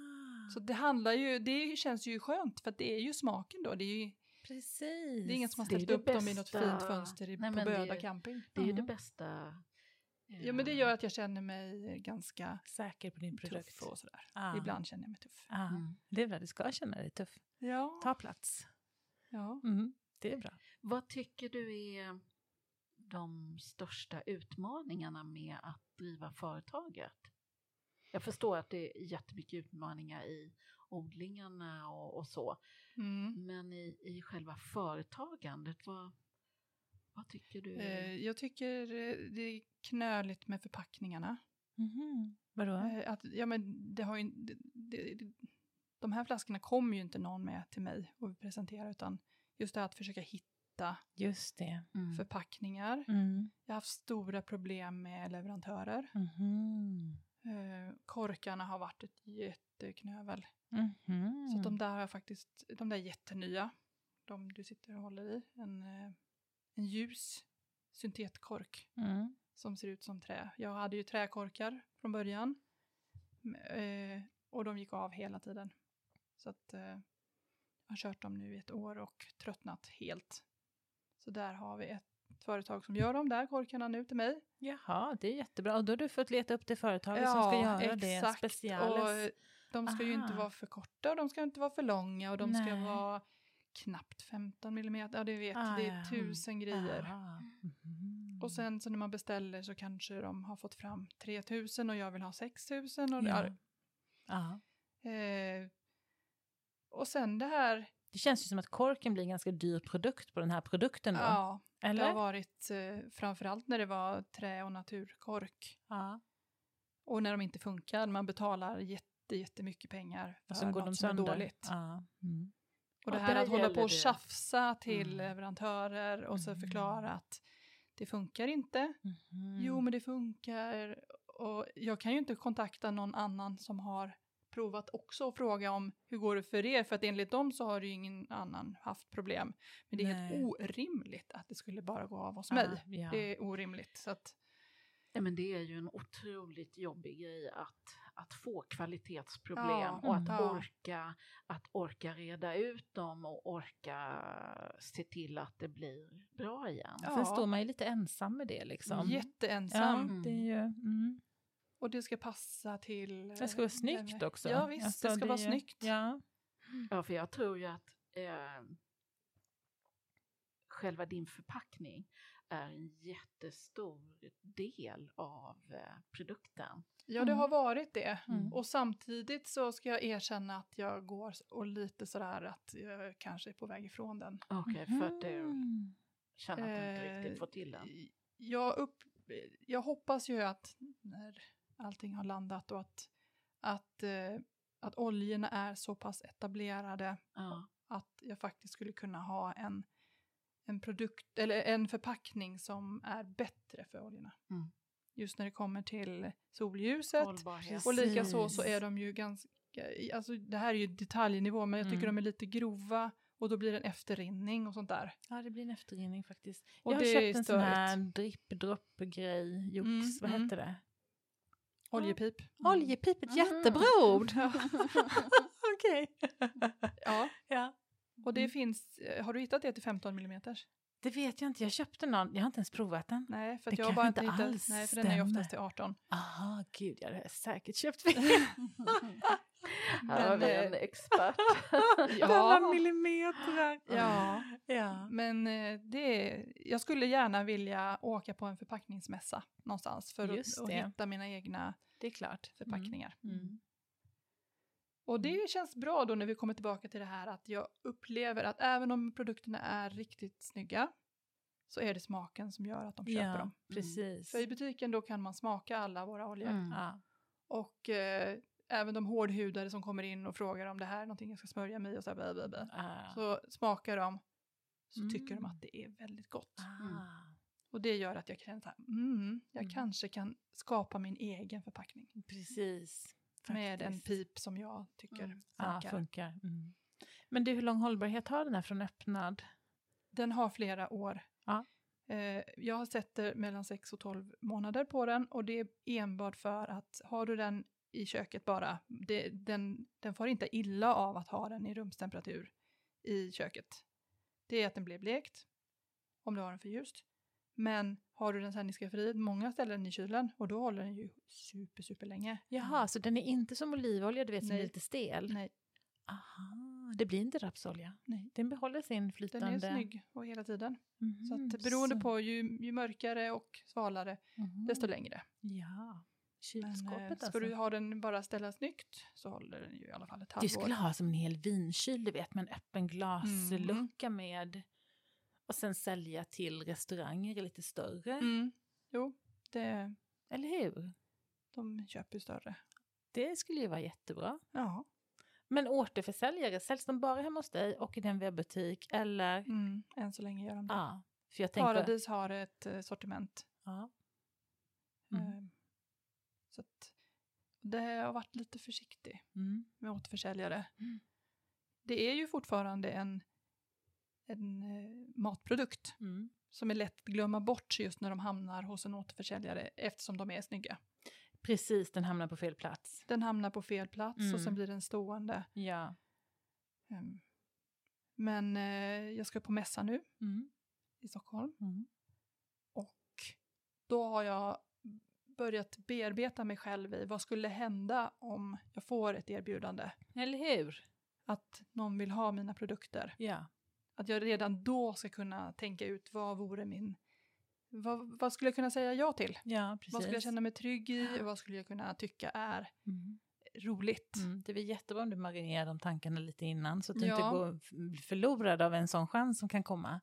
S2: Så det handlar ju, det känns ju skönt för att det är ju smaken då. Det är ju
S1: Precis.
S2: Det är ingen som har
S3: Det är
S2: ställt
S3: det
S2: upp dem i något
S3: bästa.
S2: fint fönster i,
S3: Nej,
S2: på
S3: men det är
S2: Böda
S3: ju-
S2: camping.
S3: Det är ju det
S1: Mm.
S3: bästa.
S2: Ja, men det
S3: eh,
S2: gör att jag känner mig ganska
S1: säker på din produkt.
S2: tuff och sådär.
S1: Ah.
S2: Ibland känner jag mig tuff.
S1: Ah.
S3: Mm.
S1: Det är bra, du ska känna dig tuff.
S2: Ja.
S1: Ta plats.
S2: ja.
S1: Mm. Det är bra.
S3: Vad tycker du är de största utmaningarna med att driva företaget? Jag förstår att det är jättemycket utmaningar i odlingarna och, och så,
S2: Mm.
S3: men i, i själva företagandet, vad, vad tycker du? är-
S2: Eh, jag tycker eh, det är knöligt med förpackningarna.
S1: Mhm. Vadå?
S2: Eh, att, ja, men det har ju, det, det, det, de här flaskorna kommer ju inte någon med till mig och presentera utan just det här att försöka hitta
S1: Just det.
S3: Mm.
S2: förpackningar.
S1: Mm.
S2: Jag har haft stora problem med leverantörer.
S1: Mhm.
S2: Eh, korkarna har varit ett jätteknövel.
S1: Mhm.
S2: Så att de där har jag faktiskt, de där jättenya, de du sitter och håller i, en, eh, en ljus syntetkork
S1: Mm.
S2: som ser ut som trä. Jag hade ju träkorkar från början m- eh, och de gick av hela tiden. Så att eh, jag har kört dem nu i ett år och tröttnat helt. Så där har vi ett företag som gör de där korkarna nu till mig.
S1: Jaha, det är jättebra. Och då har du fått leta upp det företaget som ska göra det. Specialis.
S2: Och eh, de ska ju inte
S1: Aha.
S2: vara för korta och de ska inte vara för långa och de ska
S1: Nej.
S2: vara knappt 15 millimeter. Ja, du vet,
S1: Ah,
S2: det
S1: ja.
S2: är tusen grejer.
S1: Aha. Mhm.
S2: Och sen så när man beställer så kanske de har fått fram 3000 och jag vill ha 6000 och
S1: Ja.
S2: ja.
S1: Ja.
S2: eh, Och sen det här,
S1: Det känns ju som att korken blir en ganska dyr produkt på den här produkten då.
S2: ja, det
S1: Eller?
S2: har varit eh, framförallt när det var trä och naturkork
S1: Ja.
S2: och när de inte funkar, man betalar jätte, jättemycket pengar för
S1: Och sen går
S2: något
S1: de
S2: som är
S1: sönder.
S2: dåligt.
S1: Ja. Mm.
S2: Och det
S3: Ja,
S2: här
S3: där
S2: att hålla
S3: gäller
S2: på och
S3: det.
S2: tjafsa till
S1: Mm.
S2: leverantörer och så
S1: Mm.
S2: förklara att det funkar inte.
S1: Mhm.
S2: Jo, men det funkar. Och jag kan ju inte kontakta någon annan som har provat också och fråga om hur går det för er? För att enligt dem så har ju ingen annan haft problem. Men det är
S1: Nej.
S2: helt orimligt att det skulle bara gå av hos
S1: Ah,
S2: mig.
S1: ja.
S2: Det är orimligt. Så att,
S3: Nej, men det är ju en otroligt jobbig grej att, att få kvalitetsproblem
S2: Ja,
S3: och att,
S2: mm. ja.
S3: orka, att orka reda ut dem och orka se till att det blir bra igen.
S2: Ja. Mm,
S1: Sen står man ju lite ensam med det liksom.
S2: jätteensam.
S1: Ja, det är ju, mm.
S2: Och det ska passa till...
S1: Det ska
S2: eh,
S1: vara snyggt
S2: den-
S1: också.
S2: Ja, visst.
S1: Alltså,
S2: det ska vara
S1: är ju-
S2: snyggt.
S1: Ja.
S3: Ja, för jag tror ju att eh, själva din förpackning, är en jättestor del av eh, produkten.
S2: Ja, det har
S1: Mm.
S2: varit det.
S1: Mm.
S2: Och samtidigt så ska jag erkänna att jag går s- och lite sådär att jag kanske är på väg ifrån den.
S3: Okej, för att du
S1: Mhm.
S3: känner att du inte
S2: Eh,
S3: riktigt får till den.
S2: Jag, upp, jag hoppas ju att när allting har landat och att, att, eh, att oljorna är så pass etablerade
S3: Ja,
S2: att jag faktiskt skulle kunna ha en, en produkt eller en förpackning som är bättre för oljorna.
S3: Mm.
S2: Just när det kommer till solljuset.
S3: hållbarhet.
S2: Och likaså så
S1: Precis.
S2: är de ju ganska, alltså det här är ju detaljnivå, men jag tycker
S1: Mm.
S2: de är lite grova och då blir det en efterrinning och sånt där.
S1: Ja, det blir en efterrinning faktiskt.
S2: Och
S1: jag har
S2: det är
S1: köpt en sån här
S2: störigt.
S1: dripp-dropp-grej, jox,
S2: Mm,
S1: vad
S2: mm.
S1: hette det?
S2: Oljepip.
S1: Mm. Oljepip, ett
S3: Mhm.
S1: jättebra ord! Okej.
S2: Ja,
S1: Ja.
S2: och det
S1: Mm.
S2: finns, eh, har du hittat det till 15 mm?
S1: Det vet jag inte, jag köpte någon, jag har inte ens provat den.
S2: Nej, för
S1: Det
S2: att jag har
S1: kanske
S2: bara
S1: inte
S2: inte
S1: alls
S2: hittat, nej för den är ju
S1: stämmer.
S2: oftast till 18.
S1: Aha, gud, jag har säkert köpt fel.
S3: Här har vi
S2: eh,
S3: en expert.
S1: Alla millimeter.
S2: Ja,
S1: ja.
S2: men eh, det, är- jag skulle gärna vilja åka på en förpackningsmässa någonstans för
S1: Just
S2: att, att
S1: det.
S2: hitta mina egna
S1: Det är klart.
S2: förpackningar.
S1: Mm.
S2: Och det känns bra då när vi kommer tillbaka till det här att jag upplever att även om produkterna är riktigt snygga så är det smaken som gör att de köper
S1: Ja,
S2: dem. Mm.
S1: precis.
S2: För i butiken då kan man smaka alla våra oljor.
S3: Mm.
S1: Ja.
S2: Och eh, även de hårdhudade som kommer in och frågar om det här är någonting jag ska smörja mig i och så här, bla, bla, bla.
S1: Ja.
S2: Så smakar de så
S1: Mm.
S2: tycker de att det är väldigt gott. Mm.
S1: Ah,
S2: Och det gör att jag känner så här, mm, jag
S1: Mm.
S2: kanske kan skapa min egen förpackning.
S1: Precis.
S2: Med en
S1: Faktiskt.
S2: pip som jag tycker
S3: Mm.
S1: Ja,
S2: funkar.
S1: funkar. Mm. Men du, hur lång hållbarhet har den här från öppnad?
S2: Den har flera år.
S1: Ja.
S2: Eh, jag har sett det mellan 6 och 12 månader på den och det är enbart för att har du den i köket bara, det, den, den får inte illa av att ha den i rumstemperatur i köket. Det är att den blir blekt om du har den för ljust. Men har du den sen i skafferiet, många ställer den i kylen och då håller den ju super, super länge.
S1: Jaha, så den är inte som olivolja, du vet, som är
S2: Nej.
S1: lite stel?
S2: Mm. Nej,
S1: Aha, det blir inte rapsolja?
S2: Nej.
S1: Den behåller sin
S2: den
S1: flytande...
S2: är snygg och hela tiden. Så
S1: Mhm,
S2: att beroende
S1: så-
S2: på ju, ju mörkare och svalare,
S1: Mhm.
S2: desto längre.
S1: Ja,
S2: Men,
S1: kylskåpet
S2: eh,
S1: alltså.
S2: ska du ha den bara ställa snyggt så håller den ju i alla fall ett
S1: Du
S2: halvår.
S1: skulle ha som en hel vinkyl, du vet, med en
S2: Mm.
S1: öppen glaslucka med... Och sen sälja till restauranger i lite större,
S2: Mm. Jo, det,
S1: eller hur?
S2: de köper ju större.
S1: Det skulle ju vara jättebra.
S2: Ja.
S1: Men återförsäljare, säljs de bara hemma hos dig och i din webbutik eller?
S2: Mm. Än så länge gör de det.
S1: Ja, för jag tänker...
S2: Paradis har ett eh, sortiment.
S1: Ja. Mm.
S2: Eh, så att det har varit lite försiktig
S1: Mm.
S2: med återförsäljare.
S1: Mm.
S2: Det är ju fortfarande en, en eh, matprodukt
S1: Mm.
S2: som är lätt att glömma bort just när de hamnar hos en återförsäljare eftersom de är snygga.
S1: Precis, den hamnar på fel plats.
S2: Den hamnar på fel plats och
S1: Mm.
S2: sen blir den stående.
S1: Ja.
S2: Ehm, Men eh, jag ska på mässa nu
S1: Mm.
S2: i Stockholm
S1: Mm.
S2: och då har jag börjat bearbeta mig själv i vad skulle hända om jag får ett erbjudande
S1: Eller hur?
S2: att någon vill ha mina produkter.
S1: Ja.
S2: Att jag redan då ska kunna tänka ut vad vore min... Vad, vad skulle jag kunna säga ja till?
S1: Ja, precis.
S2: Vad skulle jag känna mig trygg i? Vad skulle jag kunna tycka är
S1: Mm.
S2: roligt?
S1: Mm. Det blir jättebra om du marinerar de tankarna lite innan så att du
S2: Ja.
S1: inte går f- förlorad av en sån chans som kan komma.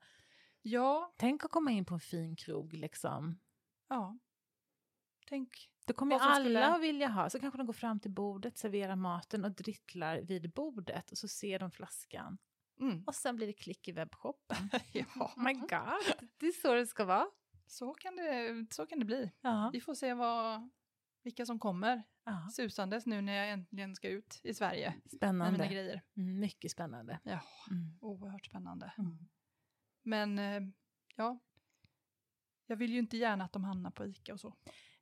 S2: Ja,
S1: Tänk att komma in på en fin krog liksom.
S2: ja. Tänk.
S1: Då kommer
S2: Vad som
S1: alla
S2: skulle-
S1: vilja ha. Så kanske de går fram till bordet, serverar maten och drittlar vid bordet och så ser de flaskan.
S2: Mm.
S1: Och sen blir det klick i webbshoppen.
S2: Ja,
S1: Oh my god, det är så det ska vara.
S2: så kan det, så kan det bli.
S1: Ja.
S2: Vi får se vad, vilka som kommer
S1: ja.
S2: susandes nu när jag äntligen ska ut i Sverige med mina
S1: Spännande.
S2: grejer.
S1: Mm, Mycket spännande.
S2: Ja,
S1: Mm.
S2: oerhört spännande.
S1: Mm.
S2: Men eh, ja, jag vill ju inte gärna att de hamnar på ICA och så.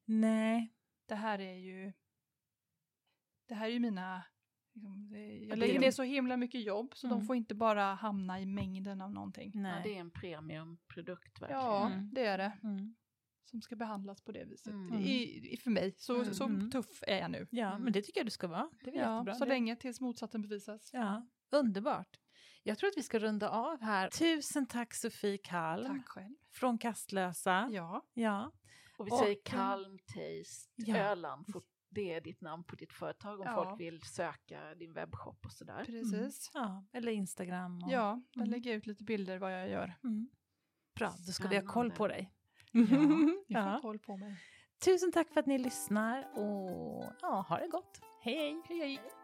S1: Nej,
S2: Det här är ju, det här är ju mina, liksom, det,
S1: Och
S2: jag
S1: det
S2: lägger
S1: är-
S2: ner så himla mycket jobb så
S1: Mm.
S2: de får inte bara hamna i mängden av någonting.
S1: nej.
S3: Ja, det är en premiumprodukt verkligen.
S2: Ja,
S1: Mm.
S2: det är det.
S1: Mm.
S2: Som ska behandlas på det viset.
S3: Mm.
S2: I, i, för mig, så,
S3: Mm.
S2: så
S1: Mm.
S2: tuff är jag nu.
S1: Ja,
S3: Mm.
S1: men det tycker jag du ska vara. Det är väl
S2: Ja,
S1: jättebra.
S2: så
S1: Det-
S2: länge tills motsatsen bevisas.
S1: Ja, underbart. Jag tror att vi ska runda av här. Tusen tack Sofie Kalm
S2: Tack själv.
S1: från Kastlösa. Ja.
S2: Ja,
S3: Och vi
S1: Och-
S3: säger Calm Taste
S1: Ja.
S3: Öland, for, det är ditt namn på ditt företag om
S2: Ja.
S3: folk vill söka din webbshop och sådär.
S2: precis.
S1: Ja, eller Instagram. Och,
S2: Ja, jag
S1: Mm.
S2: lägger ut lite bilder vad jag gör.
S1: Mm. Bra, då ska vi ha koll
S3: Spännande.
S1: på dig.
S2: Ni får
S1: Ja.
S2: koll på mig.
S1: Tusen tack för att ni lyssnar och ja, ha det gott. Hej, hej!
S2: Hej, hej.